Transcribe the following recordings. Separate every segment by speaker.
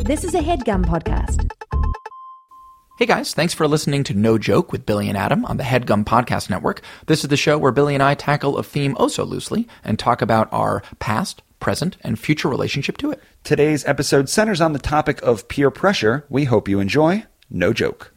Speaker 1: This is a headgum podcast.
Speaker 2: Hey guys, thanks for listening to No Joke with Billy and Adam on the Headgum Podcast Network. This is the show where Billy and I tackle a theme oh so loosely and talk about our past, present, and future relationship to it.
Speaker 3: Today's episode centers on the topic of peer pressure. We hope you enjoy. No joke.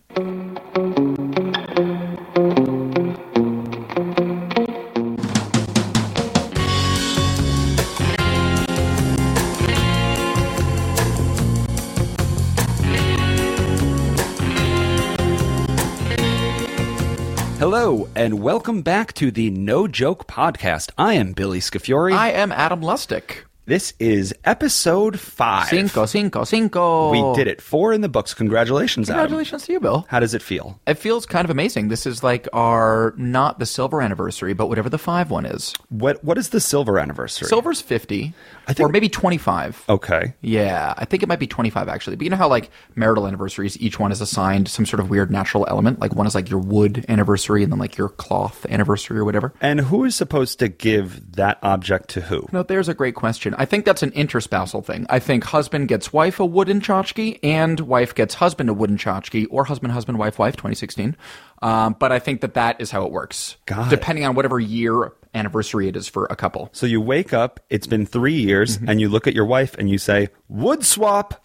Speaker 3: Hello, and welcome back to the No Joke Podcast. I am Billy Scafiori.
Speaker 2: I am Adam Lustick.
Speaker 3: this is episode five.
Speaker 2: Cinco, cinco, cinco.
Speaker 3: We did it. Four in the books. Congratulations, Adam.
Speaker 2: Oh. Congratulations to you, Bill.
Speaker 3: How does it feel?
Speaker 2: It feels kind of amazing. This is like our not the silver anniversary, but whatever the five one is.
Speaker 3: What What is the silver anniversary?
Speaker 2: Silver's 50,
Speaker 3: I think-
Speaker 2: or maybe 25.
Speaker 3: Okay.
Speaker 2: Yeah, I think it might be 25 actually. But you know how like marital anniversaries, each one is assigned some sort of weird natural element. Like one is like your wood anniversary and then like your cloth anniversary or whatever.
Speaker 3: And who is supposed to give that object to who?
Speaker 2: No, there's a great question. I think that's an interspousal thing. I think husband gets wife a wooden tchotchke and wife gets husband a wooden tchotchke or husband, husband, wife, wife, 2016. Um, but I think that that is how it works.
Speaker 3: Got it.
Speaker 2: Depending on whatever year anniversary it is for a couple.
Speaker 3: So you wake up, it's been three years,
Speaker 2: Mm-hmm.
Speaker 3: and you look at your wife and you say, Wood swap.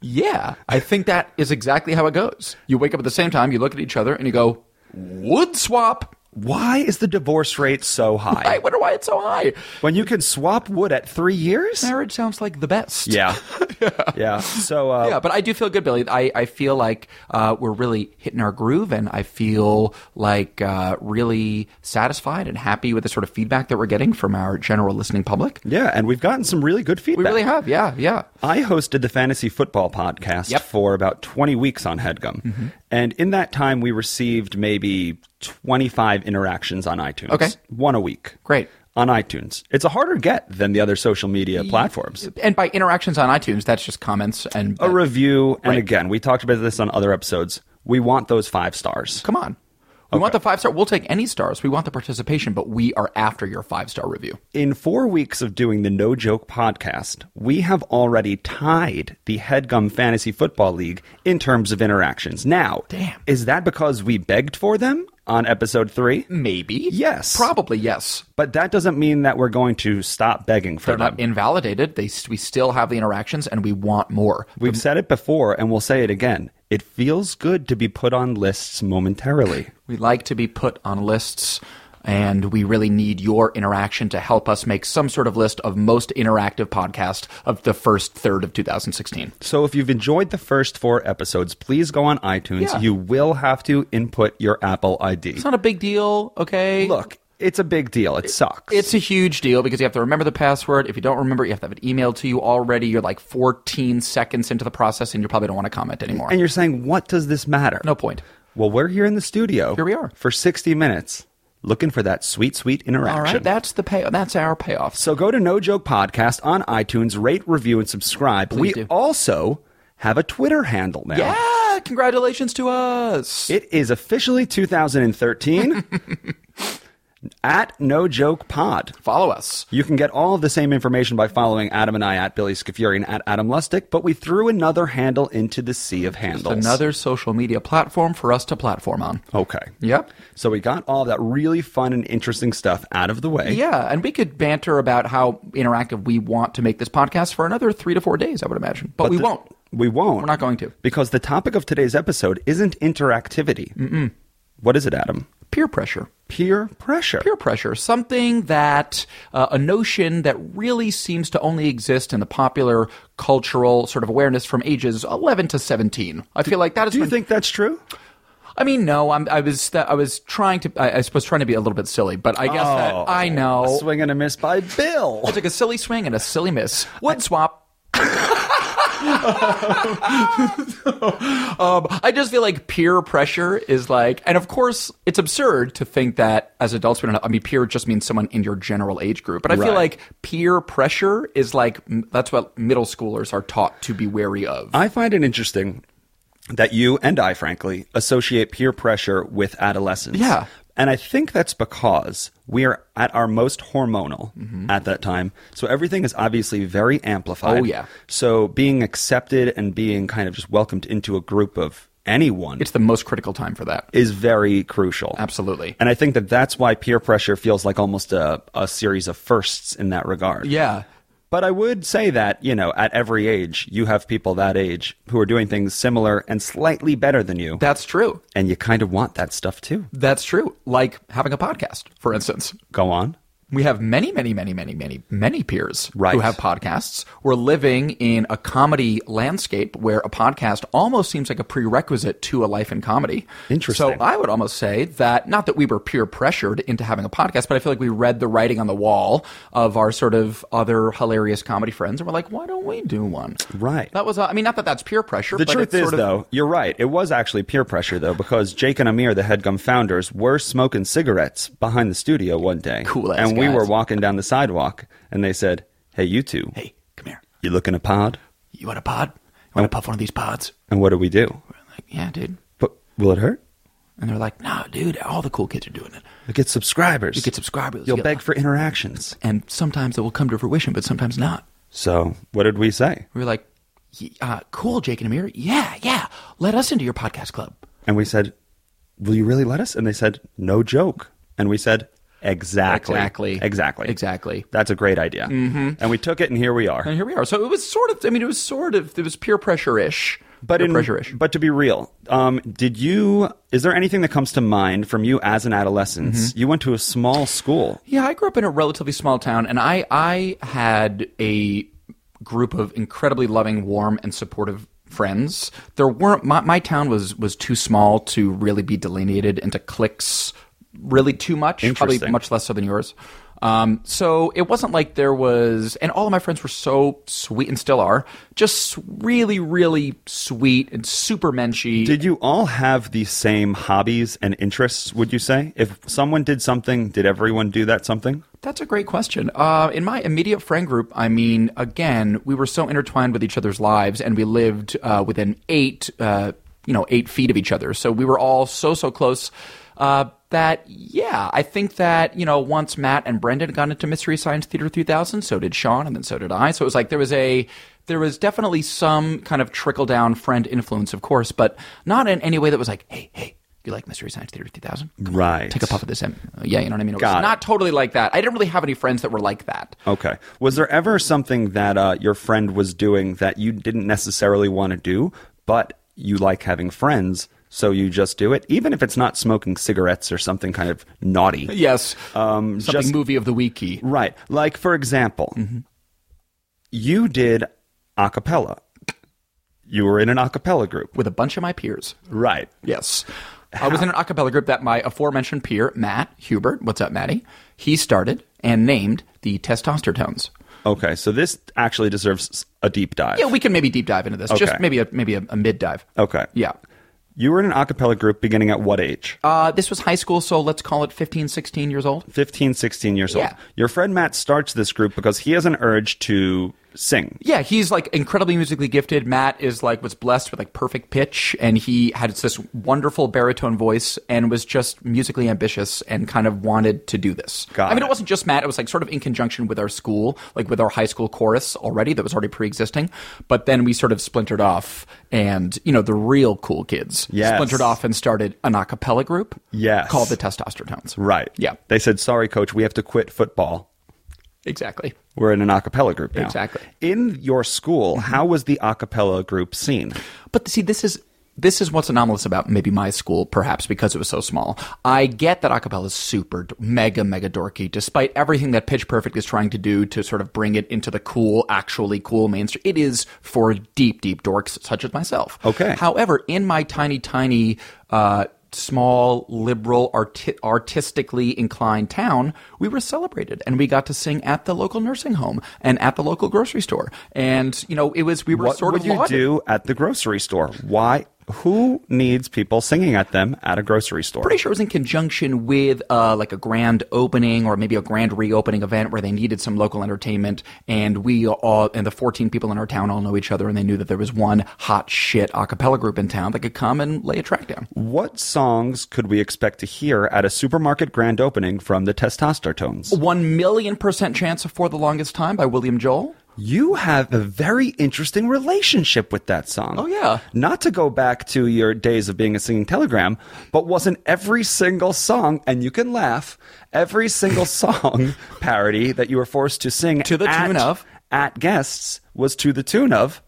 Speaker 2: Yeah, I think that is exactly how it goes. You wake up at the same time, you look at each other, and you go, wood swap.
Speaker 3: Why is the divorce rate so
Speaker 2: I
Speaker 3: high?
Speaker 2: wonder why it's so high.
Speaker 3: When you can swap wood at three years?
Speaker 2: Marriage sounds like the best.
Speaker 3: Yeah. yeah. So, uh,
Speaker 2: Yeah, but I do feel good, Billy. I, I feel like uh, we're really hitting our groove, and I feel like uh, really satisfied and happy with the sort of feedback that we're getting from our general listening public.
Speaker 3: yeah. And we've gotten some really good feedback.
Speaker 2: We really have, yeah, yeah.
Speaker 3: I hosted the fantasy football podcast
Speaker 2: Yep. Mm-hmm.
Speaker 3: for about 20 weeks on Headgum. And in that time, we received maybe 25 interactions on iTunes.
Speaker 2: Okay.
Speaker 3: One a week.
Speaker 2: Great.
Speaker 3: On iTunes. It's a harder get than the other social media platforms.
Speaker 2: And by interactions on iTunes, that's just comments and
Speaker 3: A review, and again, we talked about this on other episodes. We want those five stars.
Speaker 2: Come on. We want the five star. We'll take any stars. We want the participation, but we are after your five star review.
Speaker 3: In four weeks of doing the No Joke podcast, we have already tied the Headgum Fantasy Football League in terms of interactions. Now,
Speaker 2: Damn.
Speaker 3: is that because we begged for them on episode three?
Speaker 2: Maybe.
Speaker 3: Yes.
Speaker 2: Probably yes.
Speaker 3: But that doesn't mean that we're going to stop begging for
Speaker 2: They're
Speaker 3: them.
Speaker 2: not invalidated. They s- we still have the interactions, and we want more.
Speaker 3: We've said it before, and we'll say it again. It feels good to be put on lists momentarily.
Speaker 2: We like to be put on lists, and we really need your interaction to help us make some sort of list of most interactive podcast of the first third of 2016.
Speaker 3: So if you've enjoyed the first four episodes, please go on iTunes.
Speaker 2: Yeah.
Speaker 3: You will have to input your Apple ID.
Speaker 2: It's not a big deal, okay?
Speaker 3: Look, it's a big deal. It sucks.
Speaker 2: It's a huge deal because you have to remember the password. If you don't remember, it, you have to have it emailed to you already. You're like 14 seconds into the process, and you probably don't want to comment anymore.
Speaker 3: and you're saying, what does this matter?
Speaker 2: no point.
Speaker 3: Well, we're here in the studio.
Speaker 2: Here we are.
Speaker 3: for 60 minutes, looking for that sweet, sweet interaction.
Speaker 2: All right, that's the pay. That's our payoff.
Speaker 3: So go to No Joke Podcast on iTunes, rate, review, and subscribe. we
Speaker 2: do.
Speaker 3: also have a Twitter handle now.
Speaker 2: Yeah, congratulations to us.
Speaker 3: It is officially 2013 at No Joke Pod.
Speaker 2: Follow us.
Speaker 3: You can get all of the same information by following Adam and I at Billy Scafuri and at Adam Lustig, but we threw another handle into the sea of handles.
Speaker 2: Another social media platform for us to platform on.
Speaker 3: Okay.
Speaker 2: Yep.
Speaker 3: So we got all that really fun and interesting stuff out of the way.
Speaker 2: Yeah, and we could banter about how interactive we want to make this podcast for another three to four days, I would imagine. But, we
Speaker 3: the-
Speaker 2: won't.
Speaker 3: We won't.
Speaker 2: We're not going to.
Speaker 3: Because the topic of today's episode isn't interactivity. Mm-mm. What is it, Adam?
Speaker 2: Peer pressure.
Speaker 3: Peer pressure.
Speaker 2: Peer pressure, something that, uh, a notion that really seems to only exist in the popular cultural sort of awareness from ages 11 to 17. I feel like that has
Speaker 3: Do you
Speaker 2: been
Speaker 3: think that's true?
Speaker 2: I mean, no. I'm, I was I was trying to. I, I was trying to be a little bit silly, but I guess
Speaker 3: Oh.
Speaker 2: that I know.
Speaker 3: A swing and a miss by Bill.
Speaker 2: I took a silly swing and a silly miss. Wood swap. um, I just feel like peer pressure is like, and of course, it's absurd to think that as adults we don't. Have, I mean, peer just means someone in your general age group, but I feel
Speaker 3: Right.
Speaker 2: like peer pressure is like m- that's what middle schoolers are taught to be wary of.
Speaker 3: I find it interesting that you and I, frankly, associate peer pressure with adolescence.
Speaker 2: Yeah.
Speaker 3: And I think that's because we are at our most hormonal at that time. So everything is obviously very amplified.
Speaker 2: Mm-hmm. Oh, yeah.
Speaker 3: So being accepted and being kind of just welcomed into a group of anyone
Speaker 2: It's the most critical time for that.
Speaker 3: is very crucial.
Speaker 2: Absolutely.
Speaker 3: And I think that that's why peer pressure feels like almost a, a series of firsts in that regard.
Speaker 2: Yeah.
Speaker 3: But I would say that, you know, at every age, you have people that age who are doing things similar and slightly better than you.
Speaker 2: That's true.
Speaker 3: and you kind of want that stuff too.
Speaker 2: That's true. Like having a podcast, for instance.
Speaker 3: Go on.
Speaker 2: We have many, many, many, many, many, many peers
Speaker 3: Right.
Speaker 2: who have podcasts. We're living in a comedy landscape where a podcast almost seems like a prerequisite to a life in comedy.
Speaker 3: Interesting.
Speaker 2: So I would almost say that not that we were peer pressured into having a podcast, but I feel like we read the writing on the wall of our sort of other hilarious comedy friends, and we're like, why don't we do one?
Speaker 3: Right.
Speaker 2: That was, uh, I mean, not that that's peer pressure.
Speaker 3: The
Speaker 2: but
Speaker 3: truth
Speaker 2: it's
Speaker 3: is,
Speaker 2: sort of,
Speaker 3: though, you're right. It was actually peer pressure, though, because Jake and Amir, the Headgum founders, were smoking cigarettes behind the studio one day.
Speaker 2: Cool ass
Speaker 3: And we
Speaker 2: guys.
Speaker 3: were walking down the sidewalk, and they said, "Hey, you two,
Speaker 2: Hey, come here.
Speaker 3: you looking a pod?
Speaker 2: You want a pod? You want to puff one of these pods?
Speaker 3: And what do we do?
Speaker 2: We're like, yeah, dude.
Speaker 3: But will it hurt?
Speaker 2: And they're like, no, dude, all the cool kids are doing it.
Speaker 3: You get subscribers.
Speaker 2: You get subscribers.
Speaker 3: You'll
Speaker 2: You get-
Speaker 3: beg for interactions.
Speaker 2: and sometimes it will come to fruition, but sometimes not.
Speaker 3: So, what did we say?
Speaker 2: We were like, "Y- uh, cool, Jake and Amir. Yeah, yeah. Let us into your podcast club.
Speaker 3: And we said, "Will you really let us?" And they said, "No joke." And we said, "Exactly,
Speaker 2: Exactly.
Speaker 3: exactly,
Speaker 2: Exactly.
Speaker 3: That's a great idea." Mm-hmm. And we took it, and here we are.
Speaker 2: And here we are. So it was sort of, I mean, it was sort of, it was peer pressure ish.
Speaker 3: But
Speaker 2: peer
Speaker 3: in,
Speaker 2: pressure ish.
Speaker 3: but to be real, um, did you? Is there anything that comes to mind from you as an adolescent?
Speaker 2: Mm-hmm.
Speaker 3: You went to a small school.
Speaker 2: Yeah, I grew up in a relatively small town, and I I had a group of incredibly loving, warm, and supportive friends. There weren't my, my town was was too small to really be delineated into cliques really too much. Probably
Speaker 3: Interesting.
Speaker 2: much less so than yours. Um, so it wasn't like there was, and all of my friends were so sweet and still are, just really, really sweet and super menschy.
Speaker 3: Did you all have the same hobbies and interests? Would you say if someone did something, did everyone do that something?
Speaker 2: That's a great question. Uh, in my immediate friend group, I mean, again, we were so intertwined with each other's lives, and we lived uh, within eight, uh, you know, eight feet of each other. So we were all so so close. Uh, that yeah, I think that you know once Matt and Brendan got into Mystery Science Theater 3000, so did Sean, and then so did I. So it was like there was a there was definitely some kind of trickle down friend influence, of course, but not in any way that was like, hey, hey, you like Mystery Science Theater 3000? Come on,
Speaker 3: Right.
Speaker 2: take a puff of this. em- Yeah, you know what I mean. It was
Speaker 3: Got it.
Speaker 2: not totally like that. I didn't really have any friends that were like that.
Speaker 3: Okay. Was there ever something that uh, your friend was doing that you didn't necessarily want to do, but you like having friends, so you just do it, even if it's not smoking cigarettes or something kind of naughty?
Speaker 2: Yes,
Speaker 3: Um,
Speaker 2: something
Speaker 3: just-
Speaker 2: movie of the weeky.
Speaker 3: Right. Like, for example,
Speaker 2: Mm-hmm.
Speaker 3: you did a cappella. You were in an a cappella group.
Speaker 2: with a bunch of my peers.
Speaker 3: Right.
Speaker 2: Yes, I was in an a cappella group that my aforementioned peer Matt Hubert, what's up, Matty? He started and named the Testosterones.
Speaker 3: Okay. So this actually deserves s- a deep dive.
Speaker 2: Yeah, we can maybe deep dive into this.
Speaker 3: Okay.
Speaker 2: Just maybe a maybe a, a mid dive.
Speaker 3: okay.
Speaker 2: Yeah.
Speaker 3: You were in an a cappella group beginning at what age?
Speaker 2: Uh, this was high school, so let's call it 15, 16 years old.
Speaker 3: 15, 16 years old.
Speaker 2: Yeah.
Speaker 3: Your friend Matt starts this group because he has an urge to sing.
Speaker 2: Yeah, he's like incredibly musically gifted. Matt is like was blessed with like perfect pitch, and he had this wonderful baritone voice, and was just musically ambitious and kind of wanted to do this.
Speaker 3: Got
Speaker 2: I mean,
Speaker 3: it.
Speaker 2: it wasn't just Matt; it was like sort of in conjunction with our school, like with our high school chorus already that was already pre-existing. But then we sort of splintered off, and you know the real cool kids
Speaker 3: Yes.
Speaker 2: splintered off and started an a cappella group,
Speaker 3: Yes.
Speaker 2: called the Testosterones.
Speaker 3: Right.
Speaker 2: Yeah.
Speaker 3: They said, sorry, coach, we have to quit football.
Speaker 2: Exactly.
Speaker 3: We're in an a cappella group now.
Speaker 2: Exactly.
Speaker 3: In your school, how was the a cappella group scene?
Speaker 2: But see, this is this is what's anomalous about maybe my school, perhaps because it was so small. I get that acapella is super d- mega mega dorky, despite everything that Pitch Perfect is trying to do to sort of bring it into the cool, actually cool mainstream. It is for deep deep dorks such as myself.
Speaker 3: Okay.
Speaker 2: However, in my tiny tiny. Uh, Small, liberal, arti- artistically inclined town, we were celebrated and we got to sing at the local nursing home and at the local grocery store. And, you know, it was, we were
Speaker 3: What
Speaker 2: sort
Speaker 3: would
Speaker 2: of
Speaker 3: you
Speaker 2: lauded.
Speaker 3: do at the grocery store? Why? Who needs people singing at them at a grocery store?
Speaker 2: pretty sure it was in conjunction with uh, like a grand opening or maybe a grand reopening event where they needed some local entertainment and we all and the 14 people in our town all know each other and they knew that there was one hot shit a cappella group in town that could come and lay a track down
Speaker 3: What songs could we expect to hear at a supermarket grand opening from the Testosterone?
Speaker 2: one million percent chance of for the longest time by william joel
Speaker 3: You have a very interesting relationship with that song.
Speaker 2: Oh, yeah.
Speaker 3: Not to go back to your days of being a singing telegram, but wasn't every single song, and you can laugh, every single song parody that you were forced to sing
Speaker 2: To the
Speaker 3: at-
Speaker 2: tune of?
Speaker 3: at guests was to the tune of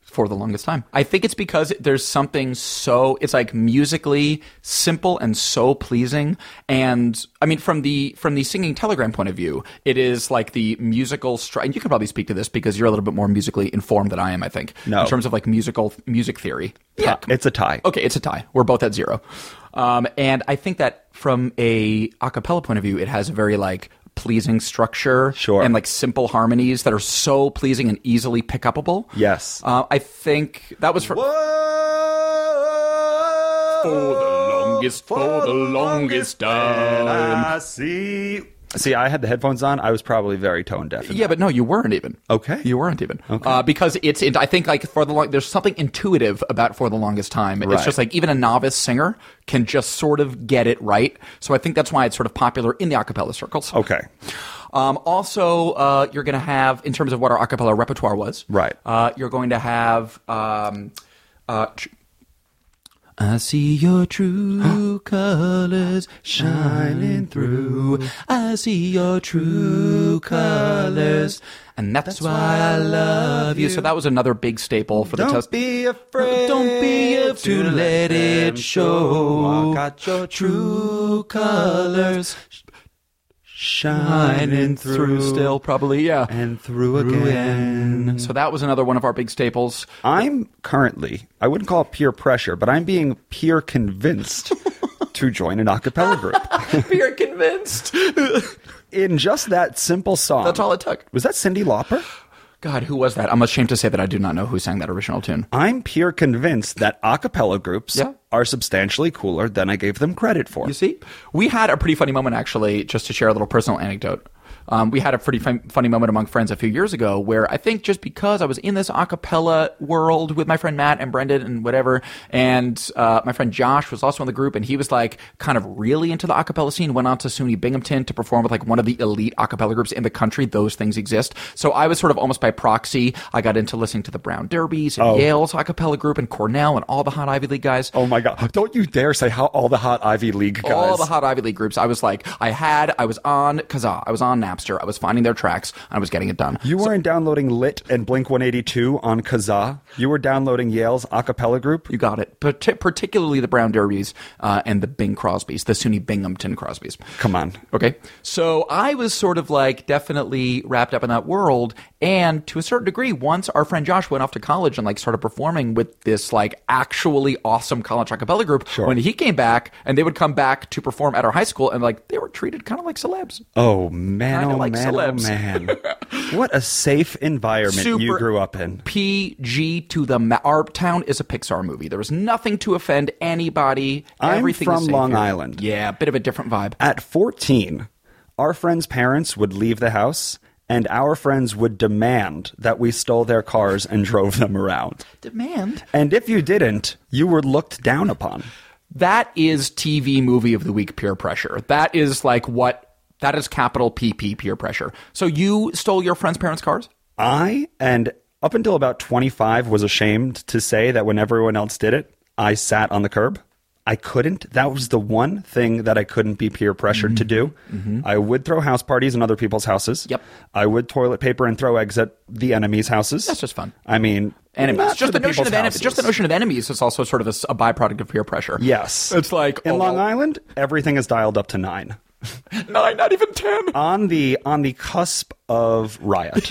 Speaker 2: for the longest time. I think it's because there's something so it's like musically simple and so pleasing and I mean from the from the singing telegram point of view, it is like the musical stri- and you can probably speak to this because you're a little bit more musically informed than I am, I think.
Speaker 3: No.
Speaker 2: In terms of like musical music theory. Yeah.
Speaker 3: It's a tie.
Speaker 2: Okay, it's a tie. We're both at zero. Um, and I think that from a acapella point of view, it has a very like pleasing structure
Speaker 3: Sure.
Speaker 2: and like simple harmonies that are so pleasing and easily pick upable.
Speaker 3: Yes.
Speaker 2: Uh, I think that was for
Speaker 3: For
Speaker 2: longest, for the longest time.
Speaker 3: see. See, I had the headphones on. I was probably very tone deaf. in
Speaker 2: Yeah, but no, you weren't even.
Speaker 3: Okay.
Speaker 2: you weren't even. Uh, because it's, it, I think, like for the long, there's something intuitive about for the longest time.
Speaker 3: Right.
Speaker 2: It's just like even a novice singer can just sort of get it right. So I think that's why it's sort of popular in the acapella circles.
Speaker 3: that. Okay.
Speaker 2: Um, also, uh, you're going to have, in terms of what our acapella repertoire was,
Speaker 3: Right.
Speaker 2: Uh, you're going to have. Um, uh, tr- I see your true colors shining through. I see your true colors, and that's, why, I love you. So that was another big staple for the test.
Speaker 3: be afraid.
Speaker 2: Don't be afraid to let it show.
Speaker 3: Walk out your
Speaker 2: true colors
Speaker 3: shining through
Speaker 2: still probably yeah
Speaker 3: and through again.
Speaker 2: So that was another one of our big staples.
Speaker 3: I'm currently, I wouldn't call it peer pressure, but I'm being peer convinced to join an a cappella group
Speaker 2: You're convinced.
Speaker 3: in just that simple song.
Speaker 2: That's all it took.
Speaker 3: Was that Cindy Lauper?
Speaker 2: God, who was that? I'm ashamed to say that I do not know who sang that original tune.
Speaker 3: I'm peer convinced that a cappella groups
Speaker 2: Yeah.
Speaker 3: are substantially cooler than I gave them credit for.
Speaker 2: You see, we had a pretty funny moment actually, just to share a little personal anecdote. Um, we had a pretty fun, funny moment among friends a few years ago where I think just because I was in this a cappella world with my friend Matt and Brendan and whatever, and uh, my friend Josh was also in the group, and he was like kind of really into the a cappella scene, went out to SUNY Binghamton to perform with like one of the elite a cappella groups in the country. Those things exist. So I was sort of almost by proxy. I got into listening to the Brown Derbies and Yale's a cappella group and Cornell and all the hot Ivy League guys
Speaker 3: Oh my God. Don't you dare say how all the hot Ivy League guys.
Speaker 2: all the hot Ivy League groups. I was like, I had, I was on Kazaa, I was on Napster, I was finding their tracks, and I was getting it done.
Speaker 3: you weren't downloading Lit and Blink 182 on Kazaa. You were downloading Yale's a cappella group.
Speaker 2: You got it. Parti- particularly the Brown Derbies uh, and the Bing Crosbys, the SUNY Binghamton Crosbys.
Speaker 3: Come on.
Speaker 2: Okay. So I was sort of like definitely wrapped up in that world. And to a certain degree, once our friend Josh went off to college and like started performing with this like actually awesome college acapella group, when he came back and they would come back to perform at our high school and like they were treated kind of like celebs.
Speaker 3: Oh man,
Speaker 2: Kinda
Speaker 3: oh
Speaker 2: like
Speaker 3: man,
Speaker 2: celebs.
Speaker 3: oh man. what a safe environment you
Speaker 2: Super-
Speaker 3: grew up in.
Speaker 2: PG to the ma- our town is a Pixar movie. There was nothing to offend anybody.
Speaker 3: I'm
Speaker 2: Everything
Speaker 3: from
Speaker 2: is safe
Speaker 3: Long
Speaker 2: here.
Speaker 3: Island.
Speaker 2: Yeah, a bit of a different vibe.
Speaker 3: At 14, our friends' parents would leave the house and our friends would demand that we stole their cars and drove them around.
Speaker 2: Demand.
Speaker 3: And if you didn't, you were looked down upon.
Speaker 2: That is TV movie of the week peer pressure. That is like what that is capital PP peer pressure. So you stole your friend's parents' cars?
Speaker 3: I and up until about 25 was ashamed to say that when everyone else did it, I sat on the curb. I couldn't. That was the one thing that I couldn't be peer pressured to do. I would throw house parties in other people's houses.
Speaker 2: Mm-hmm. Yep.
Speaker 3: I would toilet paper and throw eggs at the enemy's houses.
Speaker 2: That's just fun.
Speaker 3: I mean,
Speaker 2: Enemies.
Speaker 3: not
Speaker 2: just
Speaker 3: to
Speaker 2: the, notion
Speaker 3: people's
Speaker 2: of enemies.
Speaker 3: houses.
Speaker 2: Just the notion of enemies is also sort of a, s- a byproduct of peer pressure.
Speaker 3: Yes.
Speaker 2: It's like
Speaker 3: in
Speaker 2: oh,
Speaker 3: Long
Speaker 2: well,
Speaker 3: Island, everything is dialed up to nine.
Speaker 2: Nine, not even ten.
Speaker 3: on the on the cusp of riot.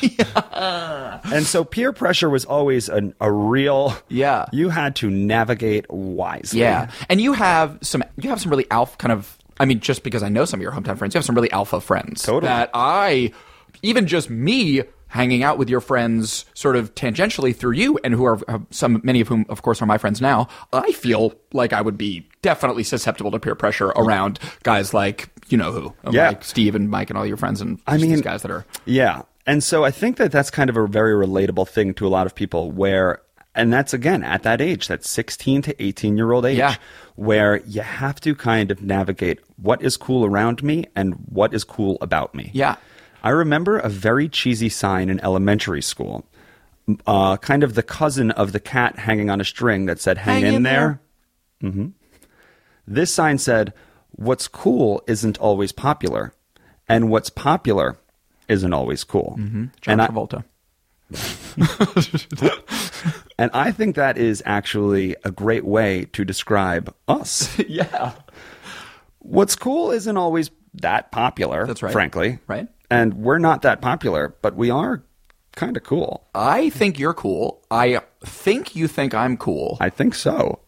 Speaker 3: And so peer pressure was always an, a real
Speaker 2: Yeah.
Speaker 3: You had to navigate wisely.
Speaker 2: Yeah, and you have some you have some really alpha kind of. I mean, just because I know some of your hometown friends, you have some really alpha friends.
Speaker 3: Totally.
Speaker 2: That I, even just me hanging out with your friends sort of tangentially through you and who are uh, some many of whom of course are my friends now i feel like i would be definitely susceptible to peer pressure around guys like you know who
Speaker 3: Yeah.
Speaker 2: like steve and mike and all your friends and just
Speaker 3: mean-
Speaker 2: these guys that are
Speaker 3: Yeah. And so I think that that's kind of a very relatable thing to a lot of people where, and that's again at that age, that 16 to 18 year old age,
Speaker 2: Yeah.
Speaker 3: where you have to kind of navigate what is cool around me and what is cool about me.
Speaker 2: Yeah.
Speaker 3: I remember a very cheesy sign in elementary school, m- uh, kind of the cousin of the cat hanging on a string that said, hang, in, there. Mm-hmm. This sign said, what's cool isn't always popular, and what's popular isn't always cool. Mm-hmm.
Speaker 2: john
Speaker 3: and I-
Speaker 2: travolta
Speaker 3: and I think that is actually a great way to describe us.
Speaker 2: yeah
Speaker 3: What's cool isn't always that popular,
Speaker 2: That's right.
Speaker 3: frankly.
Speaker 2: Right.
Speaker 3: And we're not that popular, but we are kind of cool.
Speaker 2: i think you're cool i think you think i'm cool
Speaker 3: I think so.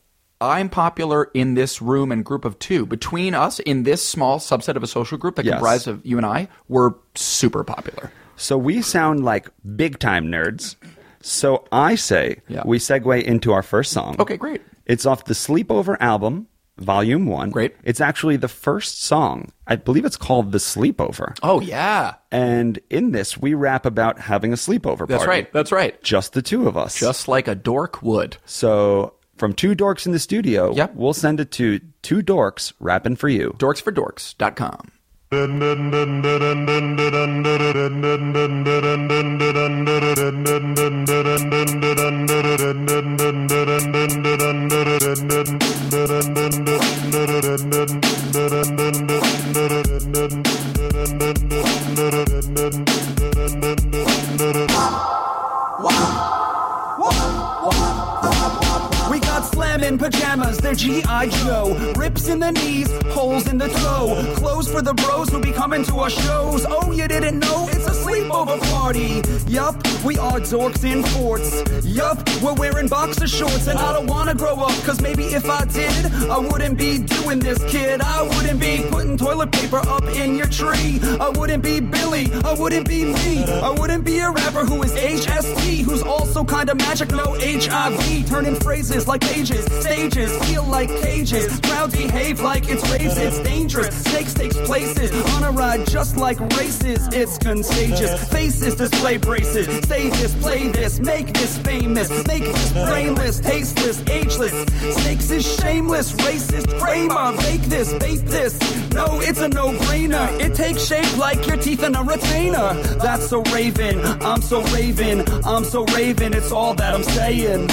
Speaker 2: I'm popular in this room and group of two. Between us, in this small subset of a social group that
Speaker 3: Yes.
Speaker 2: comprised of you and I, we're super popular.
Speaker 3: So we sound like big time nerds. So I say
Speaker 2: Yeah.
Speaker 3: we segue into our first song.
Speaker 2: Okay, great.
Speaker 3: It's off the Sleepover album, Volume 1.
Speaker 2: Great.
Speaker 3: It's actually the first song. I believe it's called The Sleepover.
Speaker 2: Oh yeah,
Speaker 3: And in this, we rap about having a sleepover
Speaker 2: that's
Speaker 3: party.
Speaker 2: right. That's right.
Speaker 3: Just the two of us.
Speaker 2: Just like a dork would.
Speaker 3: So from two dorks in the studio,
Speaker 2: Yep.
Speaker 3: we'll send it to two dorks rapping for you.
Speaker 2: Dorksfordorks.com.
Speaker 4: We got slam in pajamas, they're G.I. Joe. Rips in the knees, holes in the toe. Clothes for the bros who be coming to our shows. Oh, you didn't know it's a sleepover party. Yup, we are dorks in forts. Yup, we're wearing boxer shorts. And I don't wanna grow up, cause maybe if I did, I wouldn't be doing this, kid. I wouldn't be putting toilet paper up in your tree. I wouldn't be Billy, I wouldn't be me. I wouldn't be a rapper who is HST, who's also kinda magic, no HIV. Turning phrases like pages, stages, feel like cages. Crowds behave like it's raves, it's dangerous. Snakes takes places on a ride just like races. It's contagious. Faces display braces. Say this, play this, make this famous. Make this brainless, tasteless, ageless. Snakes is shameless, racist, Kramer. Make this, bake this. No, it's a no-brainer. It takes shape like your teeth in a retainer. That's so raven. I'm so raven. I'm so raven. It's all that I'm saying.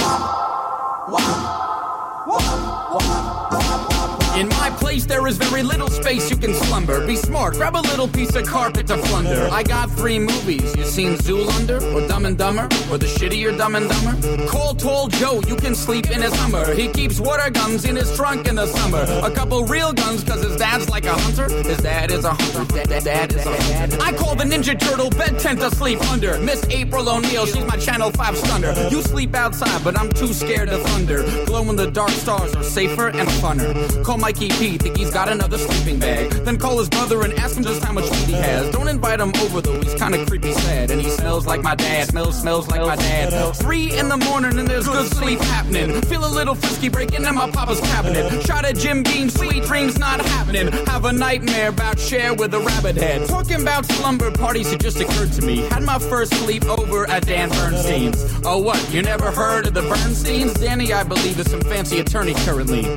Speaker 5: In my place, there is very little space you can slumber. Be smart, grab a little piece of carpet to plunder. I got three movies. You seen Zoolander, or Dumb and Dumber, or the shittier Dumb and Dumber? Call Tall Joe, you can sleep in his Hummer. He keeps water guns in his trunk in the summer. A couple real guns, cause his dad's like a hunter. His dad is a hunter. Dad, dad, dad is a hunter. I call the Ninja Turtle bed tent to sleep under. Miss April O'Neil, she's my Channel 5 stunner. You sleep outside, but I'm too scared of thunder. Glow in the dark stars are safer and funner. Call Mikey P, think he's got another sleeping bag. Then call his brother and ask him just how much weed he has. Don't invite him over though, he's kinda creepy sad. And he smells like my dad, smells, smells like my dad. Three in the morning and there's good sleep happening. Feel a little frisky breaking in my papa's cabinet. Shot at Jim Beam, sweet dreams not happening. Have a nightmare about share with a rabbit head. Talking about slumber parties, it just occurred to me. Had my first sleep over at Dan Bernstein's. Oh what, you never heard of the Bernstein's? Danny, I believe, is some fancy attorney currently.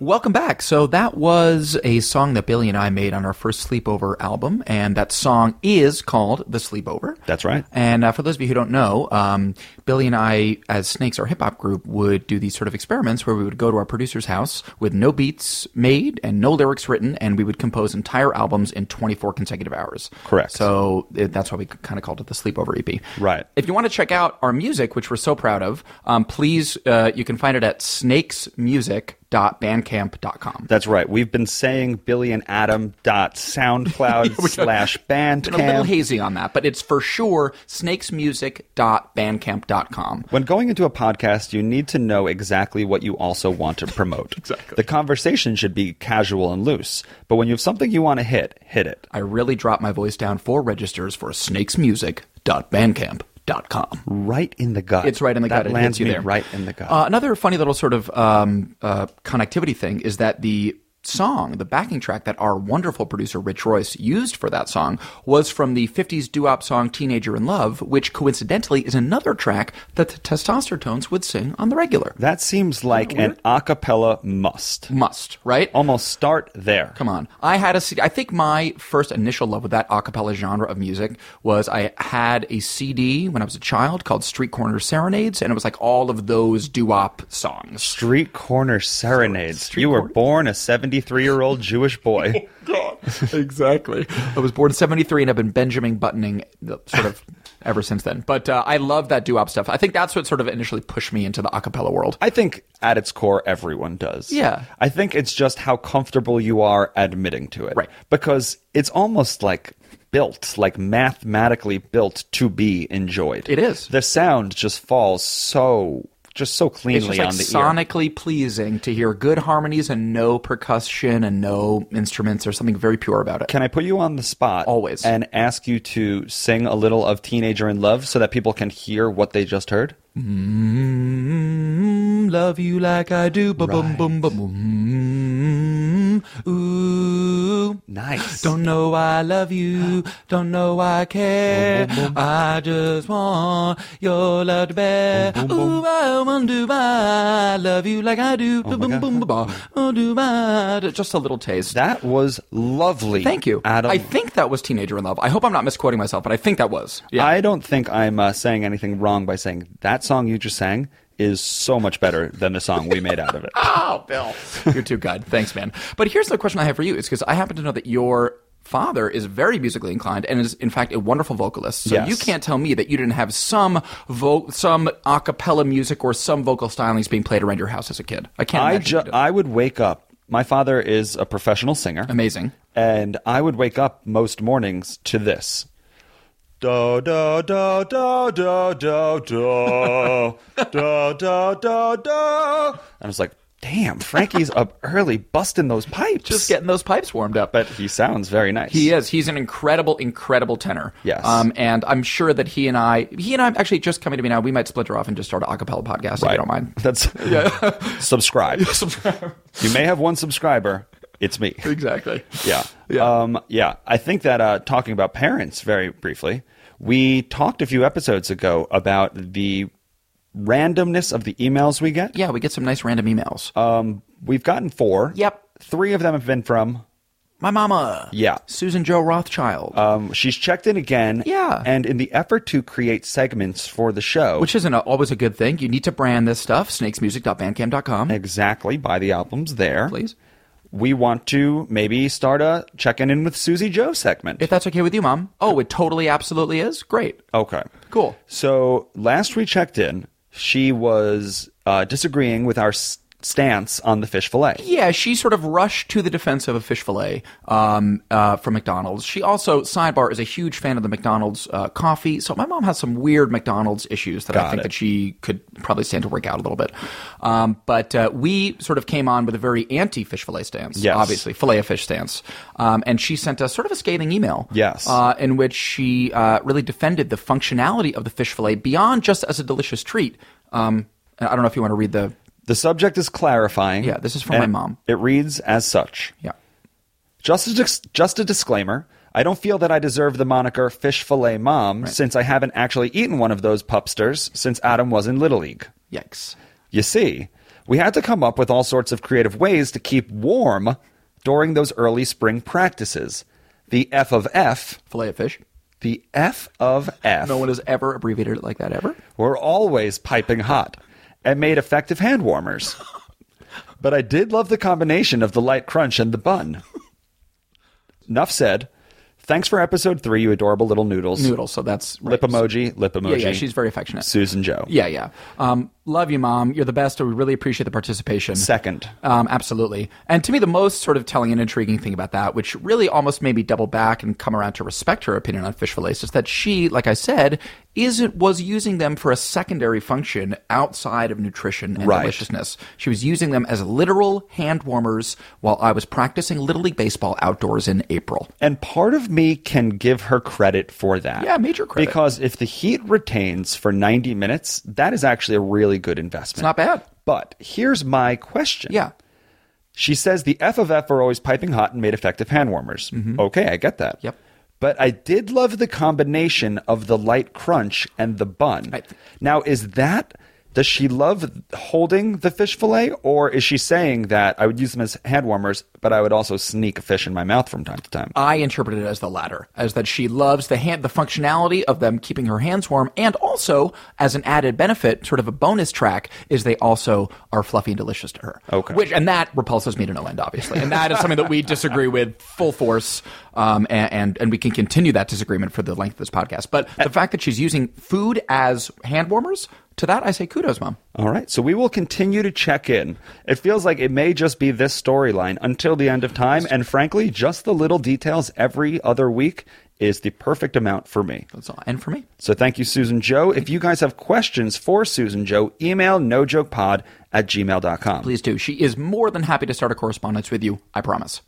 Speaker 2: Welcome back. So that was a song that Billy and I made on our first Sleepover album, and that song is called "The Sleepover."
Speaker 3: That's right.
Speaker 2: And uh, for those of you who don't know, um, Billy and I, as Snakes, our hip hop group, would do these sort of experiments where we would go to our producer's house with no beats made and no lyrics written, and we would compose entire albums in 24 consecutive hours.
Speaker 3: Correct.
Speaker 2: So it, that's why we kind of called it the Sleepover E EP.
Speaker 3: Right.
Speaker 2: If you want to check out our music, which we're so proud of, um, please, uh, you can find it at snakesmusic.com. billyandadam.bandcamp.com.
Speaker 3: That's right. We've been saying Billy and Adam dot SoundCloud slash
Speaker 2: Been a little
Speaker 3: Bandcamp.
Speaker 2: hazy on that, but it's for sure snakesmusic.bandcamp.com.
Speaker 3: When going into a podcast, you need to know exactly what you also want to promote. exactly. The conversation should be casual and loose, but when you have something you want to hit, hit it.
Speaker 2: I really dropped my voice down four registers for snakesmusic.bandcamp.com.
Speaker 3: Right in the gut.
Speaker 2: It's right in the
Speaker 3: that
Speaker 2: gut. It
Speaker 3: lands
Speaker 2: hits you
Speaker 3: me
Speaker 2: there.
Speaker 3: right in the gut.
Speaker 2: Uh, another funny little sort of um, uh, connectivity thing is that the song, the backing track that our wonderful producer Rich Royce used for that song was from the 50s doo-wop song Teenager in Love, which coincidentally is another track that the Testosterones would sing on the regular.
Speaker 3: that seems like an a cappella must.
Speaker 2: Must, right?
Speaker 3: Almost start there.
Speaker 2: Come on. I had a CD. I think my first initial love with that a cappella genre of music was I had a CD when I was a child called Street Corner Serenades, and it was like all of those doo-wop songs.
Speaker 3: Street Corner Serenades. you were born a 73 year old Jewish boy.
Speaker 2: exactly. I was born in 73 and I've been Benjamin buttoning the- sort of ever since then. But uh, I love that doo-wop stuff. I think that's what sort of initially pushed me into the acapella world.
Speaker 3: I think at its core, everyone does.
Speaker 2: Yeah.
Speaker 3: I think it's just how comfortable you are admitting to it.
Speaker 2: Right.
Speaker 3: Because it's almost like built, like mathematically built to be enjoyed.
Speaker 2: It is.
Speaker 3: The sound just falls so, just so
Speaker 2: It's
Speaker 3: cleanly
Speaker 2: just like
Speaker 3: on the ear.
Speaker 2: sonically pleasing to hear good harmonies and no percussion and no instruments or something very pure about it.
Speaker 3: Can I put you on the spot?
Speaker 2: Always.
Speaker 3: And ask you to sing a little of Teenager in Love so that people can hear what they just heard?
Speaker 2: Mm, love you like I do. Ba boom boom boom boom. Mm, Ooh.
Speaker 3: Nice.
Speaker 2: Don't know I love you. Don't know I care. I just want your love to bear. Ooh, I want to I love you like I do. Ba boom boom boom. Oh, do I? Just a little taste.
Speaker 3: That was lovely.
Speaker 2: Thank you.
Speaker 3: Adam.
Speaker 2: I think that was Teenager in Love. I hope I'm not misquoting myself, but I think that was. Yeah.
Speaker 3: I don't think I'm uh, saying anything wrong by saying that song you just sang is so much better than the song we made out of it.
Speaker 2: Oh, Bill. You're too good. Thanks, man. But here's the question I have for you is because I happen to know that your father is very musically inclined and is, in fact, a wonderful vocalist. So
Speaker 3: Yes.
Speaker 2: you can't tell me that you didn't have some vo- some a cappella music or some vocal stylings being played around your house as a kid. I can't
Speaker 3: I
Speaker 2: imagine.
Speaker 3: ju-
Speaker 2: you didn't.
Speaker 3: I would wake up. My father is a professional singer.
Speaker 2: Amazing.
Speaker 3: And I would wake up most mornings to this. Do do do do do do do do do do do. And I was like, "Damn, Frankie's up early, busting those pipes."
Speaker 2: Just getting those pipes warmed up.
Speaker 3: But he sounds very nice.
Speaker 2: He is. He's an incredible, incredible tenor.
Speaker 3: Yes.
Speaker 2: Um, and I'm sure that he and I, he and I, actually just coming to me now. We might splinter off and just start an acapella podcast if you don't mind.
Speaker 3: That's subscribe. you may have one subscriber. It's me.
Speaker 2: Exactly.
Speaker 3: Yeah. Um, yeah. I think that uh, talking about parents very briefly, we talked a few episodes ago about the randomness of the emails we get.
Speaker 2: Yeah, we get some nice random emails.
Speaker 3: Um, we've gotten four.
Speaker 2: Yep.
Speaker 3: Three of them have been from.
Speaker 2: My mama.
Speaker 3: Yeah.
Speaker 2: Susan Joe Rothschild.
Speaker 3: Um, she's checked in again.
Speaker 2: Yeah.
Speaker 3: And in the effort to create segments for the show,
Speaker 2: which isn't a, always a good thing. You need to brand this stuff. Snakesmusic.bandcamp.com.
Speaker 3: exactly by the albums there,
Speaker 2: Please.
Speaker 3: We want to maybe start a check-in in with Susie Joe segment.
Speaker 2: If that's okay with you, Mom. Oh, it totally, absolutely is. Great.
Speaker 3: Okay.
Speaker 2: Cool.
Speaker 3: So last we checked in, she was uh, disagreeing with our s- stance on the fish fillet.
Speaker 2: Yeah, she sort of rushed to the defense of a fish fillet um, uh, from McDonald's. She also, sidebar, is a huge fan of the McDonald's uh, coffee. So my mom has some weird McDonald's issues that I
Speaker 3: Got
Speaker 2: think
Speaker 3: it.
Speaker 2: that she could probably stand to work out a little bit. Um, but uh, we sort of came on with a very anti fish fillet stance,
Speaker 3: Yes.
Speaker 2: obviously, fillet of fish stance. Um, and she sent us sort of a scathing email.
Speaker 3: Yes.
Speaker 2: Uh, in which she uh, really defended the functionality of the fish fillet beyond just as a delicious treat. Um, I don't know if you want to read the.
Speaker 3: The subject is clarifying.
Speaker 2: Yeah, this is from
Speaker 3: and
Speaker 2: my
Speaker 3: it-
Speaker 2: mom.
Speaker 3: It reads as such.
Speaker 2: Yeah.
Speaker 3: Just a, dis- just a disclaimer. I don't feel that I deserve the moniker fish fillet mom since I haven't actually eaten one of those pupsters since Adam was in Little League.
Speaker 2: Yikes.
Speaker 3: You see, we had to come up with all sorts of creative ways to keep warm during those early spring practices. The F of F
Speaker 2: Fillet of fish.
Speaker 3: The F of F
Speaker 2: No one has ever abbreviated it like that ever.
Speaker 3: were always piping hot and made effective hand warmers. But I did love the combination of the light crunch and the bun. Nuff said, Thanks for episode three, you adorable little noodles.
Speaker 2: Noodle, so that's
Speaker 3: Lip emoji, lip
Speaker 2: Yeah,
Speaker 3: emoji.
Speaker 2: yeah, she's very affectionate.
Speaker 3: Susan Joe.
Speaker 2: Yeah, yeah. Um, love you, mom. You're the best. We really appreciate the participation.
Speaker 3: Second.
Speaker 2: Um, absolutely. And to me, the most sort of telling and intriguing thing about that, which really almost made me double back and come around to respect her opinion on fish fillets, is that she, like I said, isn't was using them for a secondary function outside of nutrition and
Speaker 3: Right.
Speaker 2: deliciousness. She was using them as literal hand warmers while I was practicing Little League Baseball outdoors in April.
Speaker 3: And part of me can give her credit for that.
Speaker 2: Yeah, major credit.
Speaker 3: Because if the heat retains for 90 minutes, that is actually a really good investment.
Speaker 2: It's not bad.
Speaker 3: But here's my question.
Speaker 2: Yeah.
Speaker 3: She says the F of F are always piping hot and made effective hand warmers. Okay, I get that.
Speaker 2: Mm-hmm. Yep.
Speaker 3: But I did love the combination of the light crunch and the bun.
Speaker 2: I-
Speaker 3: now, is that does she love holding the fish fillet, or is she saying that I would use them as hand warmers, but I would also sneak a fish in my mouth from time to time?
Speaker 2: I interpret it as the latter, as that she loves the hand, the functionality of them keeping her hands warm, and also as an added benefit, sort of a bonus track, is they also are fluffy and delicious to her.
Speaker 3: Okay.
Speaker 2: which and that repulses me to no end, obviously, and that is something that we disagree with full force, um, and, and and we can continue that disagreement for the length of this podcast. But the fact that she's using food as hand warmers, to that I say kudos, mom.
Speaker 3: All right, so we will continue to check in. It feels like it may just be this storyline until the end of time, and frankly, just the little details every other week is the perfect amount for me.
Speaker 2: That's all. And for me,
Speaker 3: So thank you, Susan Joe. If you guys have questions for Susan Joe, email nojokepod at gmail.com.
Speaker 2: please do. She is more than happy to start a correspondence with you. I promise.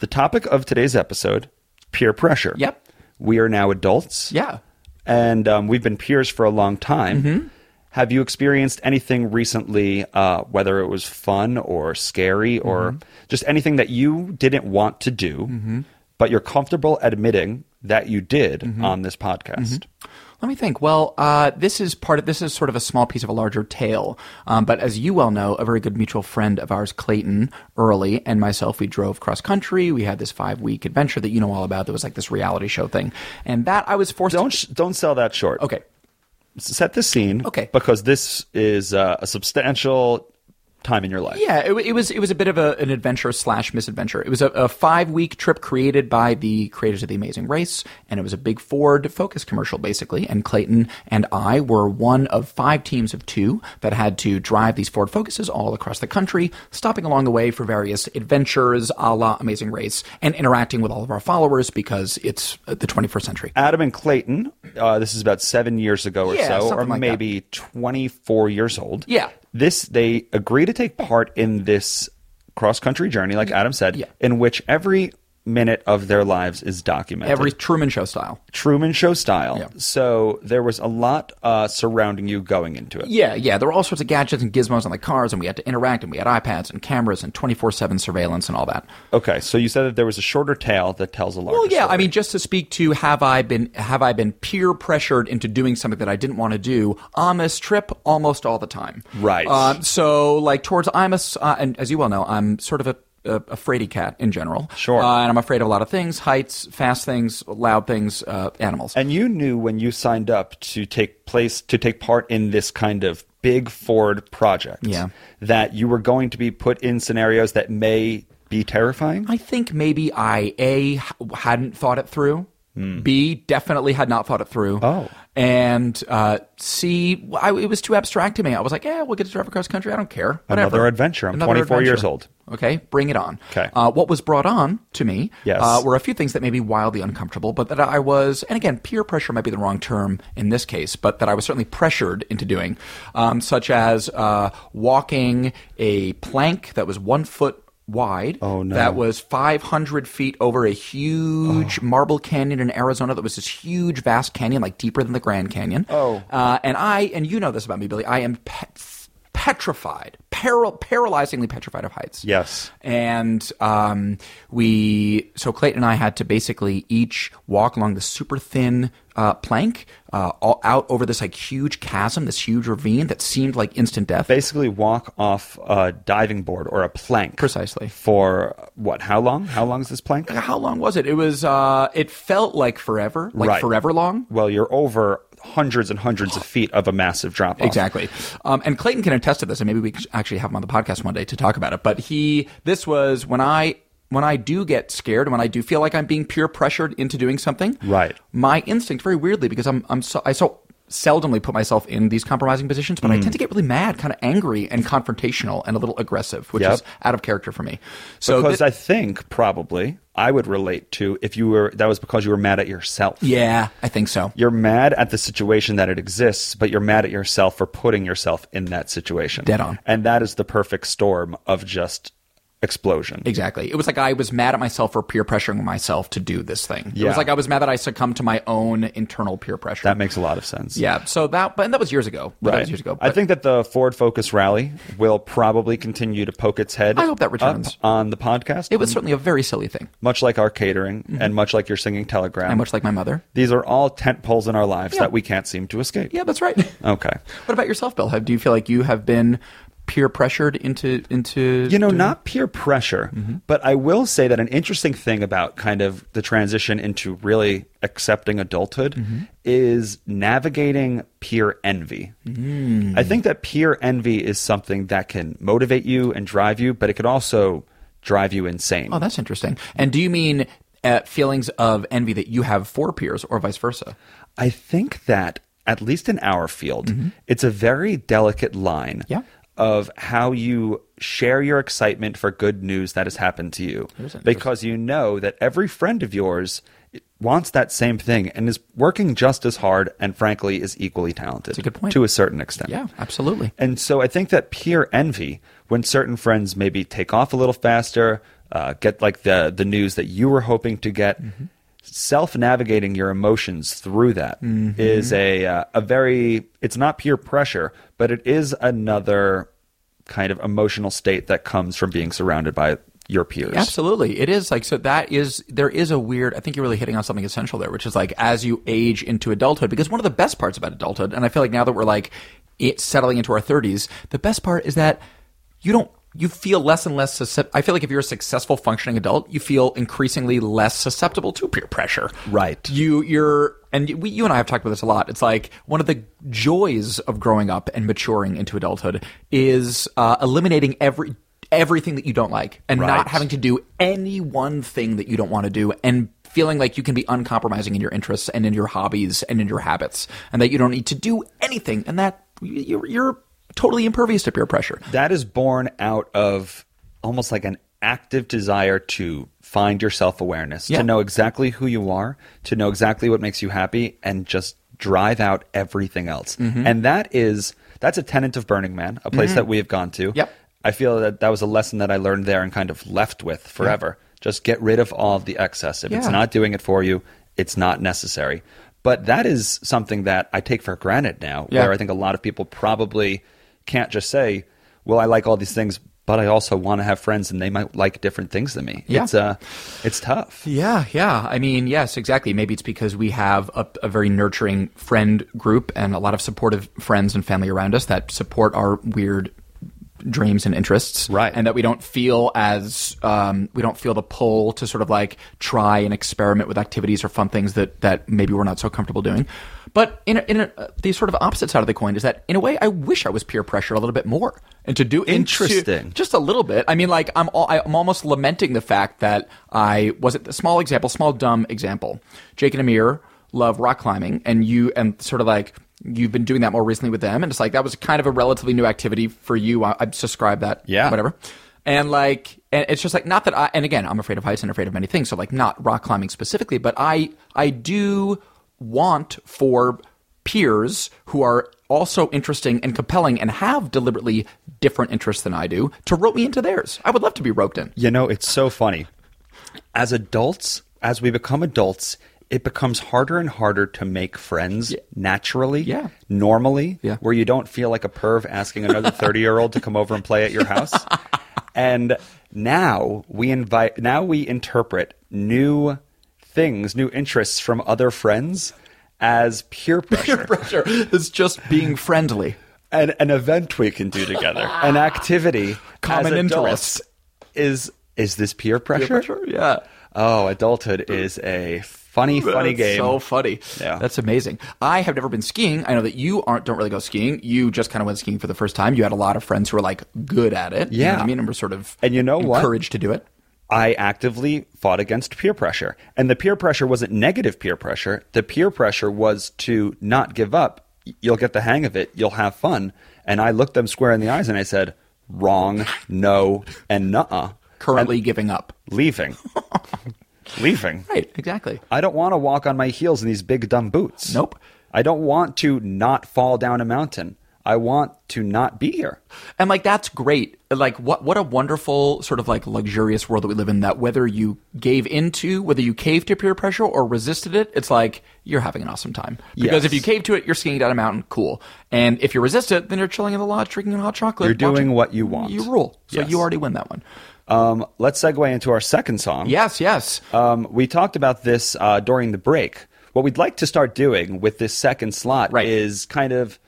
Speaker 3: The topic of today's episode peer pressure.
Speaker 2: Yep.
Speaker 3: We are now adults.
Speaker 2: Yeah.
Speaker 3: And um, we've been peers for a long time.
Speaker 2: Mm-hmm.
Speaker 3: Have you experienced anything recently, uh, whether it was fun or scary or
Speaker 2: Mm-hmm.
Speaker 3: just anything that you didn't want to do, but you're comfortable admitting that you did
Speaker 2: Mm-hmm.
Speaker 3: on this podcast?
Speaker 2: Let me think. Well, uh, this is part of this is sort of a small piece of a larger tale. Um, but as you well know, a very good mutual friend of ours, Clayton Early, and myself, we drove cross country. We had this five week adventure that you know all about. That was like this reality show thing, and that I was forced.
Speaker 3: Don't
Speaker 2: to...
Speaker 3: sh- don't sell that short.
Speaker 2: okay.
Speaker 3: set the scene.
Speaker 2: Okay.
Speaker 3: Because this is uh, a substantial time in your life.
Speaker 2: Yeah, it, wa- it was it was a bit of a, an adventure slash misadventure. It was a, a five week trip created by the creators of the Amazing Race, and it was a big Ford Focus commercial basically. And Clayton and I were one of five teams of two that had to drive these Ford Focuses all across the country, stopping along the way for various adventures, a la Amazing Race, and interacting with all of our followers because it's uh, the 21st century.
Speaker 3: Adam and Clayton, uh, this is about seven years ago or
Speaker 2: Yeah,
Speaker 3: so, or
Speaker 2: something like that.
Speaker 3: maybe 24 years old.
Speaker 2: Yeah.
Speaker 3: This, they agree to take part in this cross country journey, like Adam said,
Speaker 2: Yeah.
Speaker 3: in which every minute of their lives is documented.
Speaker 2: Every Truman Show style.
Speaker 3: Truman Show style.
Speaker 2: Yeah.
Speaker 3: So there was a lot uh, surrounding you going into it.
Speaker 2: Yeah, yeah. There were all sorts of gadgets and gizmos on the cars, and we had to interact, and we had iPads and cameras and 24 7 surveillance and all that.
Speaker 3: Okay, so you said that there was a shorter tale that tells a larger
Speaker 2: Well, yeah.
Speaker 3: story.
Speaker 2: I mean, just to speak to have I been have I been peer pressured into doing something that I didn't want to do on this trip almost all the time.
Speaker 3: Right.
Speaker 2: Um, so, like towards I'm a s- uh, and as you well know, I'm sort of a a, a fraidy cat in general.
Speaker 3: Sure.
Speaker 2: Uh, and I'm afraid of a lot of things: heights, fast things, loud things, uh, animals.
Speaker 3: And you knew when you signed up to take place to take part in this kind of big Ford project
Speaker 2: Yeah.
Speaker 3: that you were going to be put in scenarios that may be terrifying.
Speaker 2: I think maybe I a h- hadn't thought it through. B definitely had not thought it through.
Speaker 3: Hmm. Oh.
Speaker 2: and uh, C, I, it was too abstract to me. I was like, "Yeah, we'll get to drive across country. I don't care. Whatever.
Speaker 3: Another adventure. I'm 24 years old.
Speaker 2: Okay, bring it on.
Speaker 3: Okay.
Speaker 2: Uh, what was brought on to me
Speaker 3: Yes.
Speaker 2: uh, were a few things that may be wildly uncomfortable, but that I was, and again, peer pressure might be the wrong term in this case, but that I was certainly pressured into doing, um, such as uh, walking a plank that was one foot wide
Speaker 3: Oh, no.
Speaker 2: that was 500 feet over a huge
Speaker 3: Oh.
Speaker 2: marble canyon in arizona that was this huge vast canyon like deeper than the grand canyon
Speaker 3: Oh.
Speaker 2: uh, and I, and you know this about me, Billy, I am pet petrified, paral- paralyzingly petrified of heights.
Speaker 3: Yes.
Speaker 2: And um, we, so Clayton and I had to basically each walk along the super thin uh, plank uh, all out over this like huge chasm, this huge ravine that seemed like instant death.
Speaker 3: Basically, walk off a diving board or a plank.
Speaker 2: Precisely.
Speaker 3: For what? How long? How long is this plank?
Speaker 2: How long was it? It was, uh, it felt like forever, like
Speaker 3: Right.
Speaker 2: forever long.
Speaker 3: Well, you're over hundreds and hundreds of feet of a massive drop off.
Speaker 2: Exactly. Um, and Clayton can attest to this, and maybe we can actually have him on the podcast one day to talk about it. But he, this was when I. when I do get scared, when I do feel like I'm being peer pressured into doing something,
Speaker 3: Right.
Speaker 2: my instinct very weirdly because I'm I'm so I so seldomly put myself in these compromising positions, but I
Speaker 3: Mm.
Speaker 2: tend to get really mad, kind of angry and confrontational and a little aggressive, which
Speaker 3: Yep.
Speaker 2: is out of character for me. So
Speaker 3: Because
Speaker 2: thi-
Speaker 3: I think probably I would relate to if you were that was because you were mad at yourself.
Speaker 2: yeah, I think so.
Speaker 3: You're mad at the situation that it exists, but you're mad at yourself for putting yourself in that situation.
Speaker 2: Dead on.
Speaker 3: And that is the perfect storm of just explosion.
Speaker 2: Exactly. It was like I was mad at myself for peer pressuring myself to do this thing. It
Speaker 3: Yeah.
Speaker 2: was like I was mad that I succumbed to my own internal peer pressure.
Speaker 3: That makes a lot of sense.
Speaker 2: yeah. So that, but and that was years ago. That was years ago.
Speaker 3: I
Speaker 2: But-
Speaker 3: think that the Ford Focus rally will probably continue to poke its head.
Speaker 2: I hope that
Speaker 3: up
Speaker 2: returns.
Speaker 3: on the podcast.
Speaker 2: it was certainly a very silly thing,
Speaker 3: much like our catering and much like your singing telegram.
Speaker 2: and much like my mother.
Speaker 3: these are all tent poles in our lives
Speaker 2: Yeah.
Speaker 3: that we can't seem to escape.
Speaker 2: Yeah, that's right.
Speaker 3: Okay.
Speaker 2: What about yourself, Bill? Have, do you feel like you have been peer pressured into into
Speaker 3: You know, not peer pressure, but I will say that an interesting thing about kind of the transition into really accepting adulthood is navigating peer envy. I think that peer envy is something that can motivate you and drive you, but it could also drive you insane.
Speaker 2: Oh, that's interesting. And do you mean uh, feelings of envy that you have for peers, or vice versa?
Speaker 3: I think that, at least in our field, it's a very delicate line
Speaker 2: Mm-hmm. Yeah.
Speaker 3: of how you share your excitement for good news that has happened to you. Because you know that every friend of yours wants that same thing and is working just as hard and, frankly, is equally talented
Speaker 2: a good point.
Speaker 3: to a certain extent.
Speaker 2: Yeah, absolutely.
Speaker 3: And so I think that peer envy, when certain friends maybe take off a little faster, uh, get like the the news that you were hoping to get, self navigating your emotions through that is a uh, a very it's not peer pressure, but it is another kind of emotional state that comes from being surrounded by your peers.
Speaker 2: Absolutely. It is like so that is there is a weird I think you're really hitting on something essential there, which is like as you age into adulthood, because one of the best parts about adulthood, and I feel like now that we're like it settling into our thirties, the best part is that you don't you feel less and less susceptible. I feel like if you're a successful functioning adult, you feel increasingly less susceptible to peer pressure.
Speaker 3: Right.
Speaker 2: You you're and we, you and I have talked about this a lot. It's like one of the joys of growing up and maturing into adulthood is uh, eliminating every everything that you don't like and not
Speaker 3: Right.
Speaker 2: having to do any one thing that you don't want to do and feeling like you can be uncompromising in your interests and in your hobbies and in your habits and that you don't need to do anything and that you're, you're totally impervious to peer pressure.
Speaker 3: That is born out of almost like an active desire to find your self awareness,
Speaker 2: Yeah.
Speaker 3: to know exactly who you are, to know exactly what makes you happy, and just drive out everything else.
Speaker 2: Mm-hmm.
Speaker 3: And that is that's a tenant of Burning Man, a place that we have gone to.
Speaker 2: Yep.
Speaker 3: I feel that that was a lesson that I learned there and kind of left with forever. Just get rid of all of the excess. If it's
Speaker 2: Yeah.
Speaker 3: not doing it for you, it's not necessary. But that is something that I take for granted now,
Speaker 2: Yeah.
Speaker 3: where I think a lot of people probably can't just say, "Well, I like all these things, but I also want to have friends, and they might like different things than me."
Speaker 2: Yeah.
Speaker 3: It's uh, it's tough.
Speaker 2: Yeah, yeah. I mean, yes, exactly. Maybe it's because we have a, a very nurturing friend group and a lot of supportive friends and family around us that support our weird dreams and interests,
Speaker 3: Right.
Speaker 2: And that we don't feel as um, we don't feel the pull to sort of like try and experiment with activities or fun things that that maybe we're not so comfortable doing. But in a, in a, uh, the sort of opposite side of the coin is that in a way I wish I was peer pressured a little bit more and to do into-
Speaker 3: Interesting.
Speaker 2: just a little bit. I mean, like I'm all, I'm almost lamenting the fact that I was it the small example, small dumb example. Jake and Amir love rock climbing, and you and sort of like you've been doing that more recently with them, and it's like that was kind of a relatively new activity for you. I, I subscribe that,
Speaker 3: Yeah.
Speaker 2: whatever. And like, and it's just like not that I. And again, I'm afraid of heights and afraid of many things, so like not rock climbing specifically, but I I do want for peers who are also interesting and compelling and have deliberately different interests than I do to rope me into theirs. I would love to be roped in.
Speaker 3: You know, it's so funny. As adults, as we become adults, it becomes harder and harder to make friends naturally,
Speaker 2: Yeah.
Speaker 3: normally,
Speaker 2: Yeah.
Speaker 3: where you don't feel like a perv asking another 30 year old to come over and play at your house. and now we invite, now we interpret new things, new interests from other friends as peer pressure.
Speaker 2: Pressure is just being friendly.
Speaker 3: an, an event we can do together, an activity,
Speaker 2: Common
Speaker 3: as adults
Speaker 2: interest.
Speaker 3: Is is this peer pressure?
Speaker 2: pressure, yeah.
Speaker 3: Oh, adulthood is a funny, funny
Speaker 2: That's
Speaker 3: game.
Speaker 2: So funny.
Speaker 3: Yeah.
Speaker 2: That's amazing. I have never been skiing. I know that you aren't don't really go skiing. You just kind of went skiing for the first time. You had a lot of friends who were like good at it. You know
Speaker 3: Yeah.
Speaker 2: what I mean, and were sort of
Speaker 3: And you know what?
Speaker 2: encouraged to do it.
Speaker 3: I actively fought against peer pressure. And the peer pressure wasn't negative peer pressure. The peer pressure was to not give up. You'll get the hang of it. You'll have fun. And I looked them square in the eyes and I said, wrong, no, and nuh-uh.
Speaker 2: Currently giving up.
Speaker 3: Leaving. Leaving.
Speaker 2: Right, exactly.
Speaker 3: I don't want to walk on my heels in these big dumb boots.
Speaker 2: Nope.
Speaker 3: I don't want to not fall down a mountain. I want to not be here.
Speaker 2: And like that's great. Like what what a wonderful sort of like luxurious world that we live in that whether you gave into, whether you caved to peer pressure or resisted it, it's like you're having an awesome time. Because
Speaker 3: Yes.
Speaker 2: if you cave to it, you're skiing down a mountain, cool. And if you resist it, then you're chilling in the lodge drinking hot chocolate.
Speaker 3: You're doing
Speaker 2: watching-
Speaker 3: what you want.
Speaker 2: You rule. So
Speaker 3: Yes.
Speaker 2: you already win that one.
Speaker 3: Um, let's segue into our second song.
Speaker 2: Yes, yes.
Speaker 3: Um, we talked about this uh, during the break. What we'd like to start doing with this second slot
Speaker 2: Right.
Speaker 3: is kind of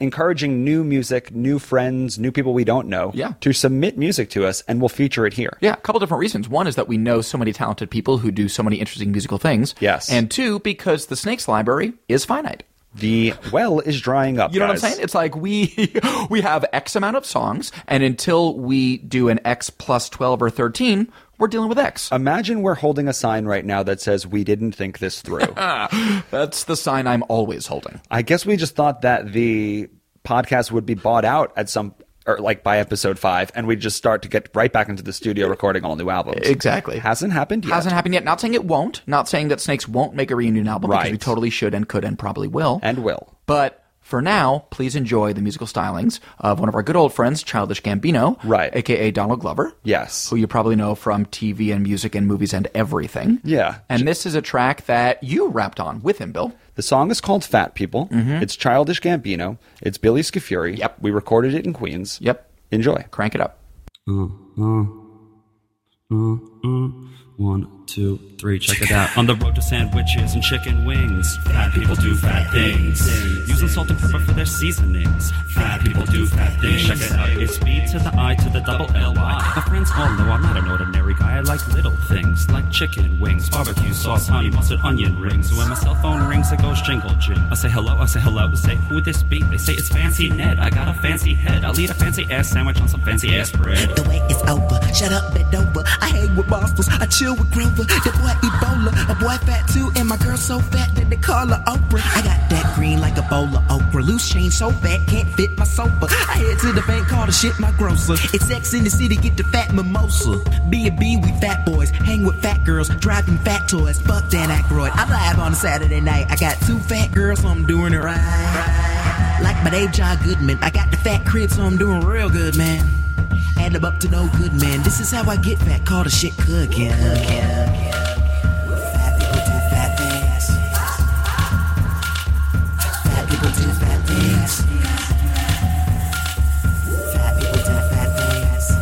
Speaker 3: encouraging new music, new friends, new people we don't know
Speaker 2: Yeah.
Speaker 3: to submit music to us, and we'll feature it here.
Speaker 2: Yeah, a couple different reasons. One is that we know so many talented people who do so many interesting musical things.
Speaker 3: Yes.
Speaker 2: And two, because the Snakes Library is finite.
Speaker 3: The well is drying up.
Speaker 2: You know
Speaker 3: guys.
Speaker 2: what I'm saying? It's like we we have X amount of songs, and until we do an X plus twelve or thirteen, we're dealing with X.
Speaker 3: Imagine we're holding a sign right now that says, We didn't think this through.
Speaker 2: That's the sign I'm always holding.
Speaker 3: I guess we just thought that the podcast would be bought out at some or like by episode five, and we'd just start to get right back into the studio recording all new albums.
Speaker 2: Exactly.
Speaker 3: Hasn't happened yet.
Speaker 2: Hasn't happened yet. Not saying it won't. Not saying that Snakes won't make a reunion album because
Speaker 3: Right.
Speaker 2: we totally should and could and probably will.
Speaker 3: And will.
Speaker 2: But for now, please enjoy the musical stylings of one of our good old friends, Childish Gambino,
Speaker 3: Right.
Speaker 2: aka Donald Glover.
Speaker 3: Yes.
Speaker 2: Who you probably know from TV and music and movies and everything.
Speaker 3: Yeah.
Speaker 2: And this is a track that you rapped on with him, Bill.
Speaker 3: The song is called Fat People. It's Childish Gambino. It's Billy Scafuri.
Speaker 2: Mm-hmm. Yep.
Speaker 3: We recorded it in Queens.
Speaker 2: Yep.
Speaker 3: Enjoy.
Speaker 2: Crank it up.
Speaker 6: One, two, three, check it out. On the road to sandwiches and chicken wings, fat people do fat things. Using salt and pepper for their seasonings, fat people do fat things. Check it out, it's B to the I to the double L Y. My friends all know I'm not an ordinary guy. I like little things like chicken wings, barbecue sauce, honey mustard, onion rings. When my cell phone rings, it goes jingle jing. I say hello, I say hello, say who this be? They say it's fancy Ned. I got a fancy head. I'll eat a fancy ass sandwich on some fancy ass bread.
Speaker 7: The wait is over. Shut up, bend over. I hang with monsters. I chill with Grover. The boy Ebola. A boy fat too. And my girl so fat that they call her Oprah. I got that green like a bowl of okra. Loose change so fat can't fit my sofa. I head to the bank, call the shit my grocer. It's sex in the city, get the fat mimosa. B&B, we fat boys. Hang with fat girls. Driving fat toys. Fuck Dan Aykroyd. I live on a Saturday night. I got two fat girls, so I'm doing it right. Like my name John Goodman. I got the fat crib, so I'm doing real good, man. Add them up to no good, man. This is how I get back. Call the shit cooking. Fat people do fat things. Fat people do fat things. Fat people do fat things.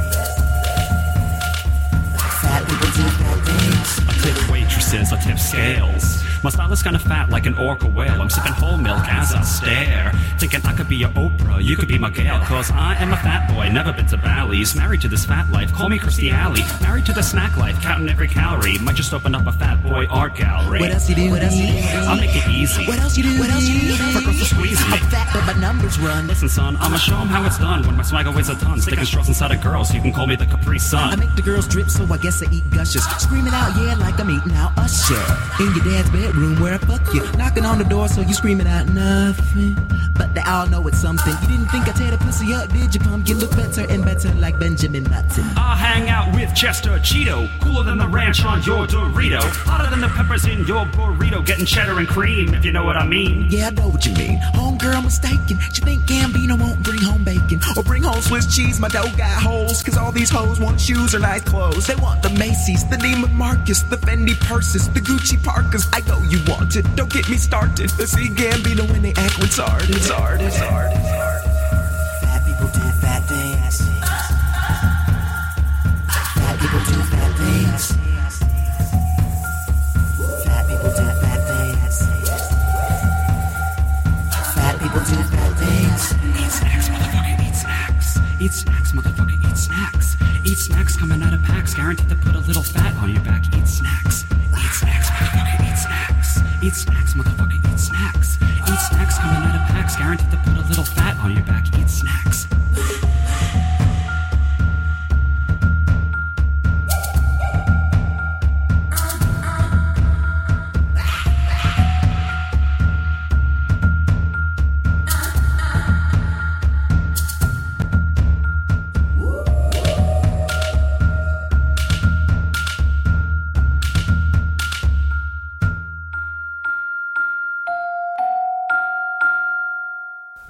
Speaker 7: Fat people do fat things.
Speaker 6: I tip waitresses, I tip scales. My style is kinda fat like an orca whale. I'm sipping whole milk as I stare. Thinking I could be your Oprah, you could be my Gail. Cause I am a fat boy, never been to Bally's. Married to this fat life, call me Christy Alley. Married to the snack life, counting every calorie. Might just open up a fat boy art gallery.
Speaker 7: What else you do? What else you do?
Speaker 6: I'll make it easy.
Speaker 7: What else you do? What else you do?
Speaker 6: For girls to squeeze me.
Speaker 7: I'm fat, but my numbers run.
Speaker 6: Listen, son, I'ma show 'em how it's done. When my swagger weighs a ton, sticking straws inside a girl, so you can call me the Capri Sun.
Speaker 7: I make the girls drip, so I guess I eat gushers. Screaming out, yeah, like I'm eating out Usher. In your dad's bedroom where I fuck you. Knocking on the door, so you screaming out nothing. But they all know it's something. You didn't think I tear the pussy up, did you, pumpkin? Look better and better like Benjamin Button.
Speaker 6: I'll hang out with Chester Cheeto, cooler than the ranch on your Dorito, hotter than the peppers in your burrito, getting cheddar and cream, if you know what I mean.
Speaker 7: Yeah, I know what you mean. Homegirl mistaken. She think Gambino won't bring home bacon or bring home Swiss cheese. My dough got holes, cause all these hoes want shoes or nice clothes. They want the Macy's, the Neiman Marcus, the Fendi purses, the Gucci parkas. I know you want it. Don't get me started. Let's see Gambino when they act retarded. Retarded. Retarded. Fat people do fat things. Fat people do fat things. Fat people do fat things. Fat people do bad things.
Speaker 6: Eat snacks, motherfucker, eat snacks. Eat snacks, motherfucker, eat snacks. Eat snacks coming out of packs, guaranteed to put a little fat on your back. Eat snacks. Eat snacks, motherfucker, eat snacks. Eat snacks, motherfucker, eat snacks. Eat snacks coming out of packs, guaranteed to put a little fat on your back. Eat snacks.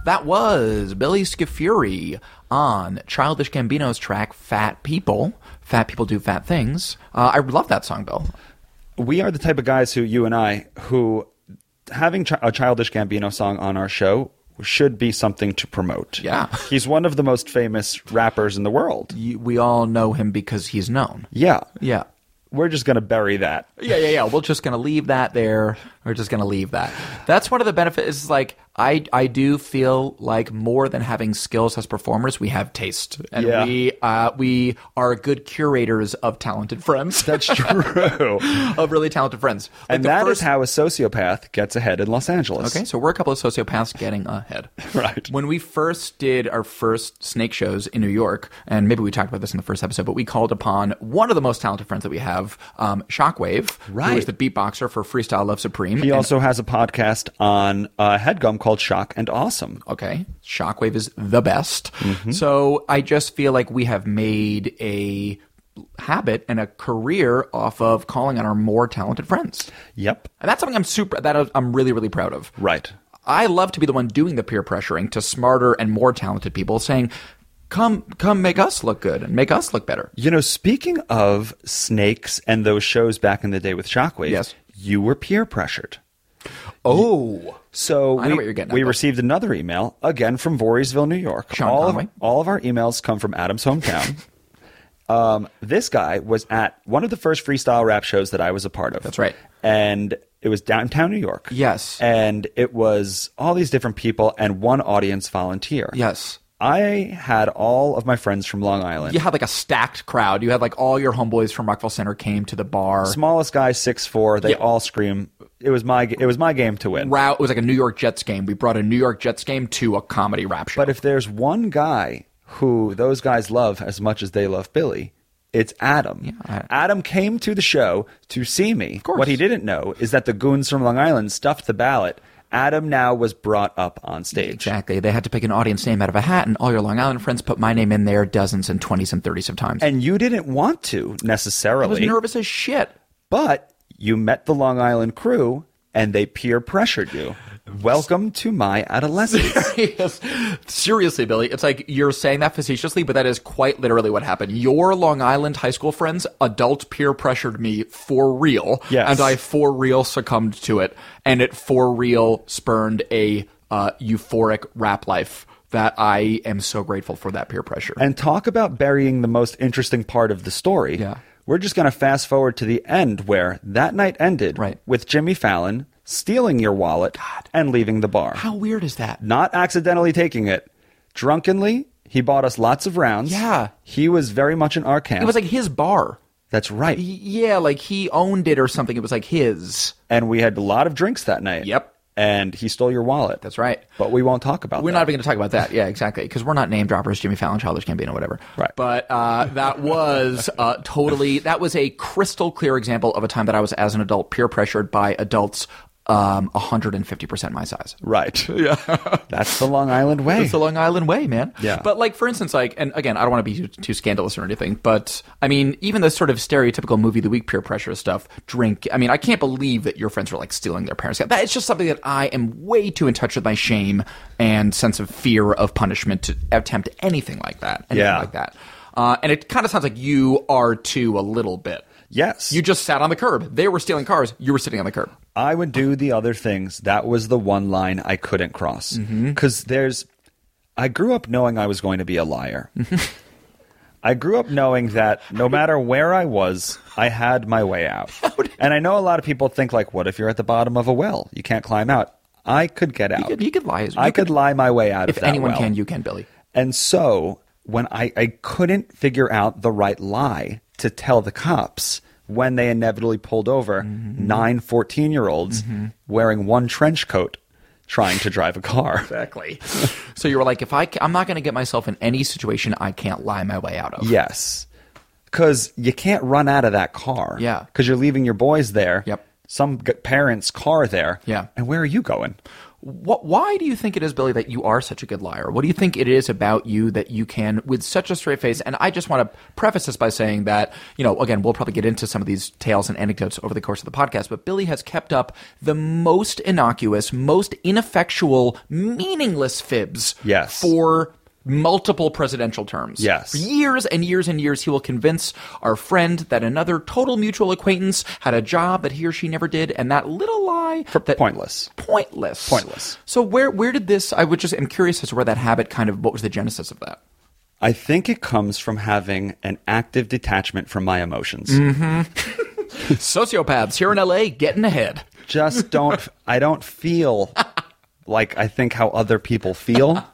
Speaker 2: That was Billy Scafuri on Childish Gambino's track Fat People. Fat People Do Fat Things. Uh, I love that song, Bill.
Speaker 3: we are the type of guys who you and I who having chi- a childish Gambino song on our show should be something to promote.
Speaker 2: Yeah.
Speaker 3: he's one of the most famous rappers in the world.
Speaker 2: You, we all know him because he's known.
Speaker 3: Yeah,
Speaker 2: Yeah.
Speaker 3: We're just gonna bury that.
Speaker 2: Yeah, yeah, yeah. We're just gonna leave that there. We're just gonna leave that. That's one of the benefits. Is like I, I do feel like more than having skills as performers, we have taste, and
Speaker 3: Yeah.
Speaker 2: we, uh, we are good curators of talented friends.
Speaker 3: That's true.
Speaker 2: of really talented friends. Like
Speaker 3: and
Speaker 2: the
Speaker 3: that is
Speaker 2: first-
Speaker 3: how a sociopath gets ahead in Los Angeles.
Speaker 2: Okay, so we're a couple of sociopaths getting ahead.
Speaker 3: Right.
Speaker 2: When we first did our first snake shows in New York, and maybe we talked about this in the first episode, but we called upon one of the most talented friends that we have, um, Shockwave, who
Speaker 3: Right.
Speaker 2: is the beatboxer for Freestyle Love Supreme.
Speaker 3: He
Speaker 2: And-
Speaker 3: also has a podcast on uh, headgum called Shock and Awesome.
Speaker 2: okay, Shockwave is the best.
Speaker 3: Mm-hmm.
Speaker 2: So I just feel like we have made a habit and a career off of calling on our more talented friends.
Speaker 3: Yep.
Speaker 2: And that's something I'm super that I'm really really proud of.
Speaker 3: Right.
Speaker 2: I love to be the one doing the peer pressuring to smarter and more talented people saying, "Come come make us look good and make us look better."
Speaker 3: You know, speaking of snakes and those shows back in the day with Shockwave,
Speaker 2: Yes.
Speaker 3: you were peer pressured.
Speaker 2: Oh.
Speaker 3: So
Speaker 2: I know
Speaker 3: we,
Speaker 2: what you're getting at,
Speaker 3: we
Speaker 2: though.
Speaker 3: received another email again from Voorheesville, New York.
Speaker 2: Sean
Speaker 3: all
Speaker 2: Conway.
Speaker 3: of all of our emails come from Adam's hometown. um, this guy was at one of the first freestyle rap shows that I was a part of.
Speaker 2: That's right.
Speaker 3: and it was downtown New York.
Speaker 2: Yes.
Speaker 3: and it was all these different people and one audience volunteer.
Speaker 2: Yes.
Speaker 3: I had all of my friends from Long Island.
Speaker 2: You had like a stacked crowd. You had like all your homeboys from Rockville Center came to the bar.
Speaker 3: Smallest guy, six four. They
Speaker 2: Yeah.
Speaker 3: all scream. It was my it was my game to win.
Speaker 2: Route it was like a New York Jets game. We brought a New York Jets game to a comedy rap show.
Speaker 3: But if there's one guy who those guys love as much as they love Billy, it's Adam.
Speaker 2: I-
Speaker 3: Adam came to the show to see me.
Speaker 2: course.
Speaker 3: What he didn't know is that the goons from Long Island stuffed the ballot. Adam now was brought up on stage.
Speaker 2: exactly, they had to pick an audience name out of a hat, and all your Long Island friends put my name in there dozens and twenties and thirties of times.
Speaker 3: And you didn't want to
Speaker 2: I was
Speaker 3: necessarily,
Speaker 2: nervous as shit.
Speaker 3: but you met the Long Island crew and they peer pressured you. Welcome to my adolescence.
Speaker 2: Yes. Seriously, Billy, it's like you're saying that facetiously, but that is quite literally what happened. Your Long Island high school friends adult peer pressured me for real,
Speaker 3: Yes.
Speaker 2: and I for real succumbed to it, and it for real spurned a uh, euphoric rap life that I am so grateful for that peer pressure.
Speaker 3: and talk about burying the most interesting part of the story.
Speaker 2: Yeah.
Speaker 3: We're just going to fast forward to the end where that night ended
Speaker 2: Right.
Speaker 3: with Jimmy Fallon stealing your wallet and leaving the bar.
Speaker 2: How weird is that?
Speaker 3: Not accidentally taking it. Drunkenly, he bought us lots of rounds.
Speaker 2: Yeah.
Speaker 3: He was very much in our camp.
Speaker 2: It was like his bar.
Speaker 3: That's right.
Speaker 2: Y- Yeah, like he owned it or something. It was like his.
Speaker 3: and we had a lot of drinks that night.
Speaker 2: Yep.
Speaker 3: And he stole your wallet.
Speaker 2: That's right.
Speaker 3: But we won't talk about
Speaker 2: We're
Speaker 3: that.
Speaker 2: not even going to talk about that. Yeah, exactly. Because we're not name droppers, Jimmy Fallon, Childish Gambino, whatever.
Speaker 3: Right.
Speaker 2: But uh, that was uh, totally, that was a crystal clear example of a time that I was, as an adult, peer pressured by adults um, 150% my size.
Speaker 3: Right. Yeah. That's the Long Island way.
Speaker 2: It's the Long Island way, man.
Speaker 3: Yeah.
Speaker 2: But like, for instance, like, and again, I don't want to be too, too scandalous or anything, but I mean, even the sort of stereotypical movie of the week peer pressure stuff, drink. I mean, I can't believe that your friends were like stealing their parents' cat. That it's just something that I am way too in touch with my shame and sense of fear of punishment to attempt anything like that. Anything
Speaker 3: Yeah.
Speaker 2: like that. Uh, and it kind of sounds like you are too a little bit.
Speaker 3: yes.
Speaker 2: You just sat on the curb. They were stealing cars. You were sitting on the curb.
Speaker 3: I would do the other things. That was the one line I couldn't cross.
Speaker 2: Mm-hmm.
Speaker 3: Because there's, I grew up knowing I was going to be a liar. I grew up knowing that no matter where I was, I had my way out. And I know a lot of people think, like, what if you're at the bottom of a well? You can't climb out. I could get out.
Speaker 2: could- you could lie as-
Speaker 3: I
Speaker 2: you
Speaker 3: could,
Speaker 2: could-
Speaker 3: lie my way out
Speaker 2: If
Speaker 3: of that
Speaker 2: anyone
Speaker 3: well.
Speaker 2: can, you can, Billy.
Speaker 3: And so when I, I couldn't figure out the right lie to tell the cops when they inevitably pulled over
Speaker 2: Mm-hmm.
Speaker 3: nine 14 year olds wearing one trench coat trying to drive a car.
Speaker 2: Exactly. so you were like, if I, ca- I'm not going to get myself in any situation I can't lie my way out of.
Speaker 3: yes. Because you can't run out of that car.
Speaker 2: Yeah.
Speaker 3: Because you're leaving your boys there.
Speaker 2: Yep.
Speaker 3: Some g- parents' car there.
Speaker 2: Yeah.
Speaker 3: And where are you going?
Speaker 2: What, why do you think it is, Billy, that you are such a good liar? What do you think it is about you that you can, with such a straight face? And I just want to preface this by saying that, you know, again, we'll probably get into some of these tales and anecdotes over the course of the podcast, but Billy has kept up the most innocuous, most ineffectual, meaningless fibs
Speaker 3: Yes.
Speaker 2: for multiple presidential terms.
Speaker 3: Yes.
Speaker 2: For years and years and years, he will convince our friend that another total mutual acquaintance had a job that he or she never did, and that little lie that,
Speaker 3: pointless.
Speaker 2: pointless,
Speaker 3: Pointless.
Speaker 2: So where where did this? I would just am curious as to where that habit kind of what was the genesis of that.
Speaker 3: I think it comes from having an active detachment from my emotions.
Speaker 2: Mm-hmm. Sociopaths here in L.A. getting ahead.
Speaker 3: Just don't, I don't feel like I think how other people feel.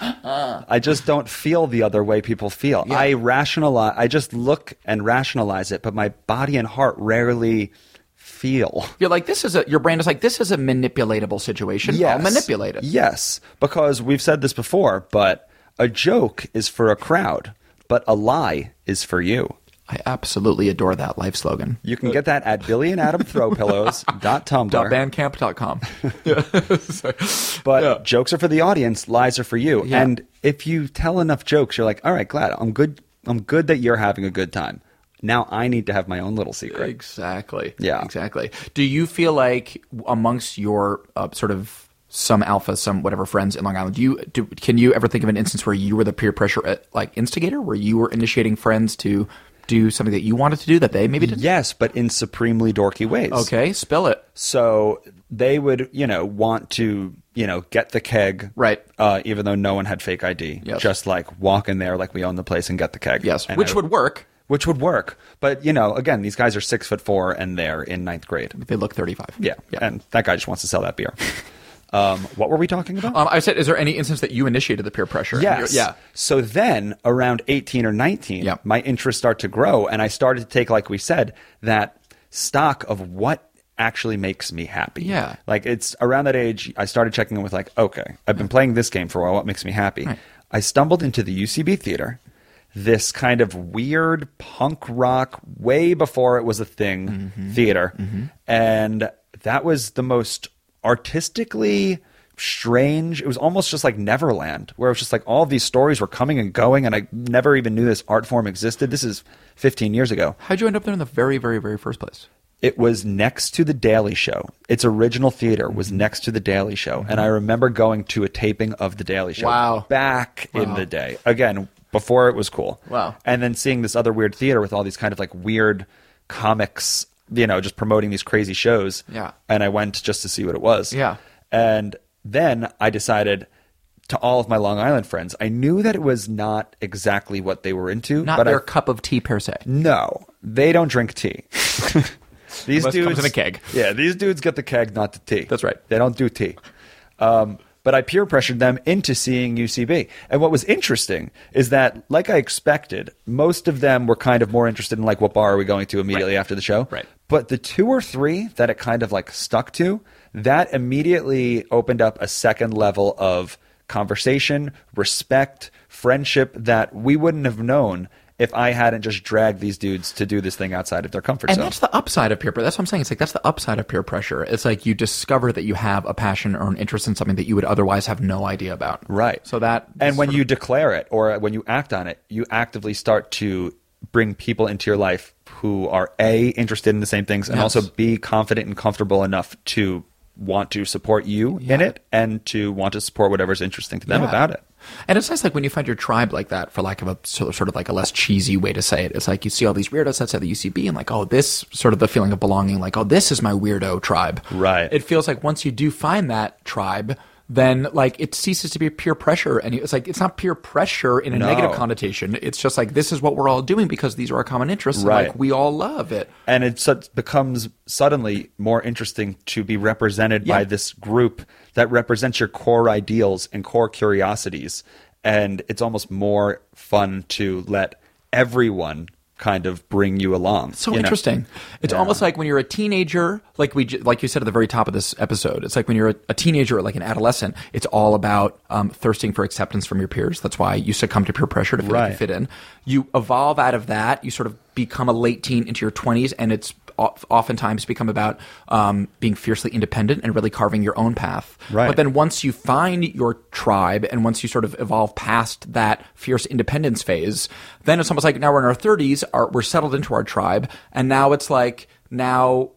Speaker 3: I just don't feel the other way people feel. I rationalize, I just look and rationalize it, but my body and heart rarely feel.
Speaker 2: You're like this is a your brain is like this is a manipulatable situation. I'll manipulate it.
Speaker 3: Yes, because we've said this before, but a joke is for a crowd, but a lie is for you.
Speaker 2: I absolutely adore that life slogan.
Speaker 3: You can get that at
Speaker 2: Dot
Speaker 3: billionadamthrowpillows.tumblr.
Speaker 2: bandcamp.com.
Speaker 3: But jokes are for the audience, lies are for you.
Speaker 2: Yeah.
Speaker 3: And if you tell enough jokes, you're like, all right, glad I'm good. I'm good that you're having a good time. Now I need to have my own little secret.
Speaker 2: Exactly.
Speaker 3: Yeah.
Speaker 2: Exactly. Do you feel like amongst your uh, sort of some alpha, some whatever friends in Long Island, do you do, can you ever think of an instance where you were the peer pressure uh, like instigator, where you were initiating friends to do something that you wanted to do that they maybe didn't?
Speaker 3: Yes, but in supremely dorky ways.
Speaker 2: Okay, spill it.
Speaker 3: So they would, you know, want to, you know, get the keg.
Speaker 2: Right.
Speaker 3: Uh, even though no one had fake ID.
Speaker 2: Yes.
Speaker 3: Just like walk in there like we own the place and get the keg.
Speaker 2: Yes,
Speaker 3: And
Speaker 2: which
Speaker 3: I-
Speaker 2: would work.
Speaker 3: Which would work. But, you know, again, these guys are six foot four and they're in ninth grade.
Speaker 2: They look thirty-five.
Speaker 3: Yeah. And that guy just wants to sell that beer. um, what were we talking about?
Speaker 2: Um, I said, is there any instance that you initiated the peer pressure? And
Speaker 3: Yes.
Speaker 2: you're- Yeah.
Speaker 3: So then around 18 or 19,
Speaker 2: Yeah.
Speaker 3: my interests start to grow. And I started to take, like we said, that stock of what actually makes me happy.
Speaker 2: Yeah.
Speaker 3: Like it's around that age, I started checking in with, like, okay, I've been playing this game for a while. What makes me happy? I stumbled into the UCB theater, this kind of weird punk rock, way before it was a thing theater. And that was the most artistically strange. It was almost just like Neverland, where it was just like all these stories were coming and going, and I never even knew this art form existed. This is 15 years ago.
Speaker 2: How'd you end up there in the very, very, very first place?
Speaker 3: It was next to The Daily Show. Its original theater was next to The Daily Show, and I remember going to a taping of The Daily Show
Speaker 2: Wow.
Speaker 3: back in the day. Again, before it was cool.
Speaker 2: Wow.
Speaker 3: And then seeing this other weird theater with all these kind of like weird comics, you know, just promoting these crazy shows.
Speaker 2: Yeah.
Speaker 3: And I went just to see what it was.
Speaker 2: Yeah.
Speaker 3: And then I decided to all of my Long Island friends, I knew that it was not exactly what they were into.
Speaker 2: Not
Speaker 3: but
Speaker 2: their
Speaker 3: I,
Speaker 2: cup of tea per se.
Speaker 3: no, they don't drink tea. these
Speaker 2: Unless it
Speaker 3: dudes
Speaker 2: comes in a keg.
Speaker 3: Yeah, these dudes get the keg, not the tea.
Speaker 2: That's right.
Speaker 3: They don't do tea. Um, but I peer pressured them into seeing UCB. And what was interesting is that, like I expected, most of them were kind of more interested in like what bar are we going to immediately after the show.
Speaker 2: Right.
Speaker 3: But the two or three that it kind of like stuck to, that immediately opened up a second level of conversation, respect, friendship that we wouldn't have known if I hadn't just dragged these dudes to do this thing outside of their comfort
Speaker 2: And
Speaker 3: zone.
Speaker 2: that's the upside of peer pressure. That's what I'm saying. It's like that's the upside of peer pressure. It's like you discover that you have a passion or an interest in something that you would otherwise have no idea about.
Speaker 3: Right.
Speaker 2: So that
Speaker 3: and when you declare it or when you act on it, you actively start to bring people into your life who are a interested in the same things and
Speaker 2: Yes.
Speaker 3: also b confident and comfortable enough to want to support you in it and to want to support whatever's interesting to them
Speaker 2: Yeah.
Speaker 3: about it.
Speaker 2: And it's nice, like when you find your tribe like that, for lack of a sort of, sort of like a less cheesy way to say it. It's like you see all these weirdos outside the UCB, and like, oh, this sort of the feeling of belonging. Like, oh, this is my weirdo tribe.
Speaker 3: Right.
Speaker 2: It feels like once you do find that tribe. Then, like, it ceases to be peer pressure, and it's like it's not peer pressure in a
Speaker 3: No.
Speaker 2: negative connotation. It's just like this is what we're all doing because these are our common interests, and,
Speaker 3: Right.
Speaker 2: like we all love it.
Speaker 3: and it sud- becomes suddenly more interesting to be represented by
Speaker 2: Yeah.
Speaker 3: this group that represents your core ideals and core curiosities and it's almost more fun to let everyone kind of bring you along
Speaker 2: So
Speaker 3: you know?
Speaker 2: interesting. It's almost like when you're a teenager, like we, j- like you said at the very top of this episode. It's like when you're a, a teenager, or like an adolescent. It's all about um, thirsting for acceptance from your peers. That's why you succumb to peer pressure to feel like
Speaker 3: Right.
Speaker 2: you fit in. You evolve out of that. You sort of become a late teen into your 20s, and it's of- oftentimes become about um, being fiercely independent and really carving your own path.
Speaker 3: Right.
Speaker 2: But then once you find your tribe and once you sort of evolve past that fierce independence phase, then it's almost like now we're in our 30s, our, we're settled into our tribe, and now it's like now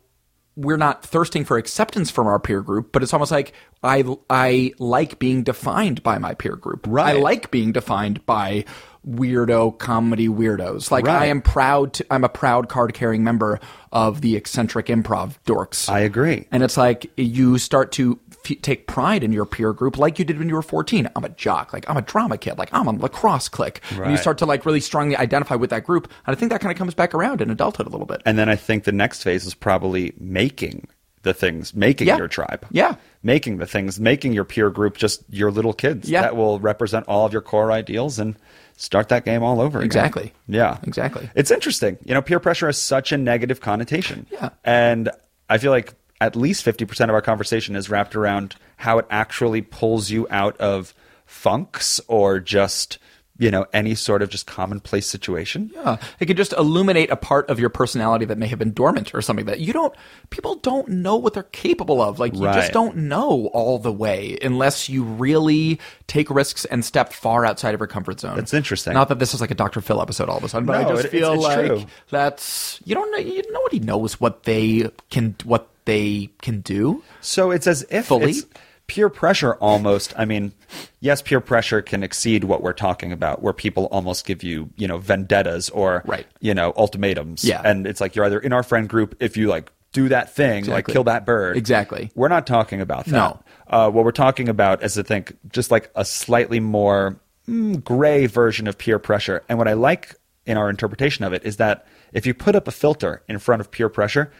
Speaker 2: we're not thirsting for acceptance from our peer group, but it's almost like I I like being defined by my peer group.
Speaker 3: Right.
Speaker 2: I like being defined by weirdo comedy weirdos. Like I
Speaker 3: Right.
Speaker 2: am proud to, I'm a proud card carrying member of the eccentric improv dorks.
Speaker 3: I agree.
Speaker 2: And it's like you start to f- take pride in your peer group like you did when you were 14. I'm a jock. Like I'm a drama kid. Like I'm a lacrosse clique. And you
Speaker 3: Right.
Speaker 2: start to like really strongly identify with that group. And I think that kind of comes back around in adulthood a little bit.
Speaker 3: And then I think the next phase is probably making the things, making
Speaker 2: Yeah.
Speaker 3: your tribe.
Speaker 2: Yeah.
Speaker 3: Making the things, making your peer group just your little kids
Speaker 2: Yeah.
Speaker 3: that will represent all of your core ideals and start that game all over again.
Speaker 2: Exactly.
Speaker 3: Yeah.
Speaker 2: Exactly.
Speaker 3: It's interesting. You know, peer pressure has such a negative connotation.
Speaker 2: Yeah.
Speaker 3: And I feel like at least 50% of our conversation is wrapped around how it actually pulls you out of funks or just, you know, any sort of just commonplace situation.
Speaker 2: Yeah. It could just illuminate a part of your personality that may have been dormant or something that you don't, people don't know what they're capable of. Like, you just
Speaker 3: Right.
Speaker 2: don't know all the way unless you really take risks and step far outside of your comfort zone.
Speaker 3: That's interesting.
Speaker 2: Not that this is like a Dr. Phil episode all of a sudden, but I
Speaker 3: No,
Speaker 2: just
Speaker 3: it- it's-
Speaker 2: feel
Speaker 3: it's
Speaker 2: like
Speaker 3: true.
Speaker 2: that's, you don't know, you, nobody knows what they can, what they can do.
Speaker 3: So it's as if
Speaker 2: Fully?
Speaker 3: it's peer pressure almost. I mean, yes, peer pressure can exceed what we're talking about, where people almost give you, you know, vendettas or,
Speaker 2: Right.
Speaker 3: you know, ultimatums.
Speaker 2: Yeah.
Speaker 3: And it's like you're either in our friend group if you like do that thing, like
Speaker 2: Exactly.
Speaker 3: kill that bird.
Speaker 2: Exactly.
Speaker 3: We're not talking about that.
Speaker 2: No.
Speaker 3: Uh, what we're talking about is, I think, just like a slightly more mm, gray version of peer pressure. And what I like in our interpretation of it is that if you put up a filter in front of peer pressure,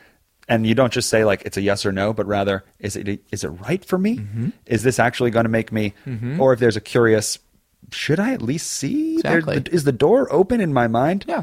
Speaker 3: and you don't just say like it's a yes or no, but rather is it is it right for me?
Speaker 2: Mm-hmm.
Speaker 3: Is this actually going to make me? Or if there's a curious, should I at least see? There-
Speaker 2: Exactly.
Speaker 3: is the door open in my mind?
Speaker 2: Yeah.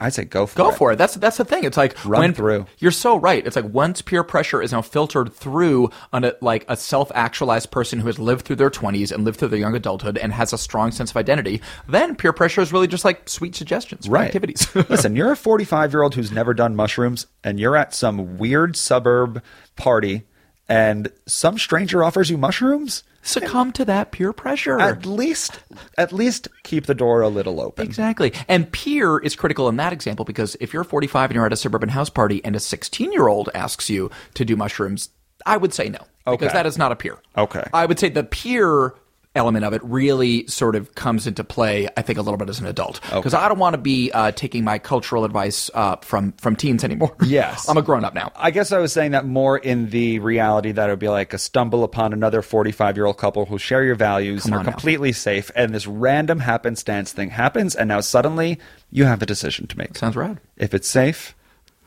Speaker 3: I say go for
Speaker 2: Go
Speaker 3: it.
Speaker 2: for it. That's that's the thing. It's like
Speaker 3: Run
Speaker 2: when
Speaker 3: through.
Speaker 2: You're so right. It's like once peer pressure is now filtered through on a, like a self-actualized person who has lived through their 20s and lived through their young adulthood and has a strong sense of identity, then peer pressure is really just like sweet suggestions, for
Speaker 3: right.
Speaker 2: activities.
Speaker 3: Listen, you're a 45 year old who's never done mushrooms, and you're at some weird suburb party, and some stranger offers you mushrooms.
Speaker 2: Succumb to that peer pressure.
Speaker 3: At least, at least keep the door a little open.
Speaker 2: Exactly. And peer is critical in that example because if you're 45 and you're at a suburban house party and a 16 year old asks you to do mushrooms, I would say no because
Speaker 3: Okay.
Speaker 2: that is not a peer.
Speaker 3: Okay.
Speaker 2: I would say the peer element of it really sort of comes into play, I think, a little bit as an adult because I don't want to be uh, taking my cultural advice uh, from from teens anymore.
Speaker 3: Yes.
Speaker 2: I'm a grown up now.
Speaker 3: I guess I was saying that more in the reality that it would be like a stumble upon another 45 year old couple who share your values and
Speaker 2: on
Speaker 3: are
Speaker 2: now.
Speaker 3: completely safe, and this random happenstance thing happens, and now suddenly you have a decision to make.
Speaker 2: Sounds rad.
Speaker 3: If it's safe,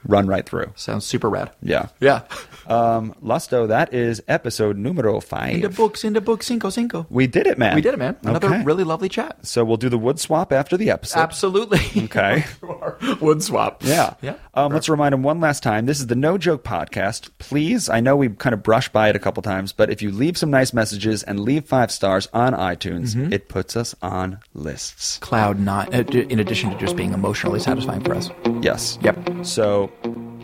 Speaker 3: run right through.
Speaker 2: Sounds super rad.
Speaker 3: Yeah.
Speaker 2: Yeah.
Speaker 3: Um, Lusto, that is episode numero five.
Speaker 2: In the books, in the books, cinco, cinco.
Speaker 3: We did it, man.
Speaker 2: We did it, man. Another
Speaker 3: Okay.
Speaker 2: really lovely chat.
Speaker 3: So we'll do the wood swap after the episode.
Speaker 2: Absolutely.
Speaker 3: Okay.
Speaker 2: Wood swap.
Speaker 3: Yeah.
Speaker 2: Yeah.
Speaker 3: Um, let's remind them one last time. This is the No Joke Podcast. Please, I know we kind of brushed by it a couple times, but if you leave some nice messages and leave five stars on iTunes,
Speaker 2: Mm-hmm.
Speaker 3: it puts us on lists.
Speaker 2: Cloud not uh, d- in addition to just being emotionally satisfying for us.
Speaker 3: Yes.
Speaker 2: Yep. Mm-hmm.
Speaker 3: So,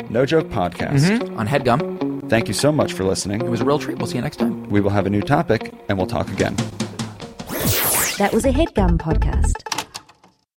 Speaker 3: No Joke Podcast.
Speaker 2: On Headgum,
Speaker 3: Thank you so much for
Speaker 2: it
Speaker 3: listening.
Speaker 2: was a real treat. We'll see you next time.
Speaker 3: We will have a new topic and we'll talk again.
Speaker 1: That was a headgum podcast.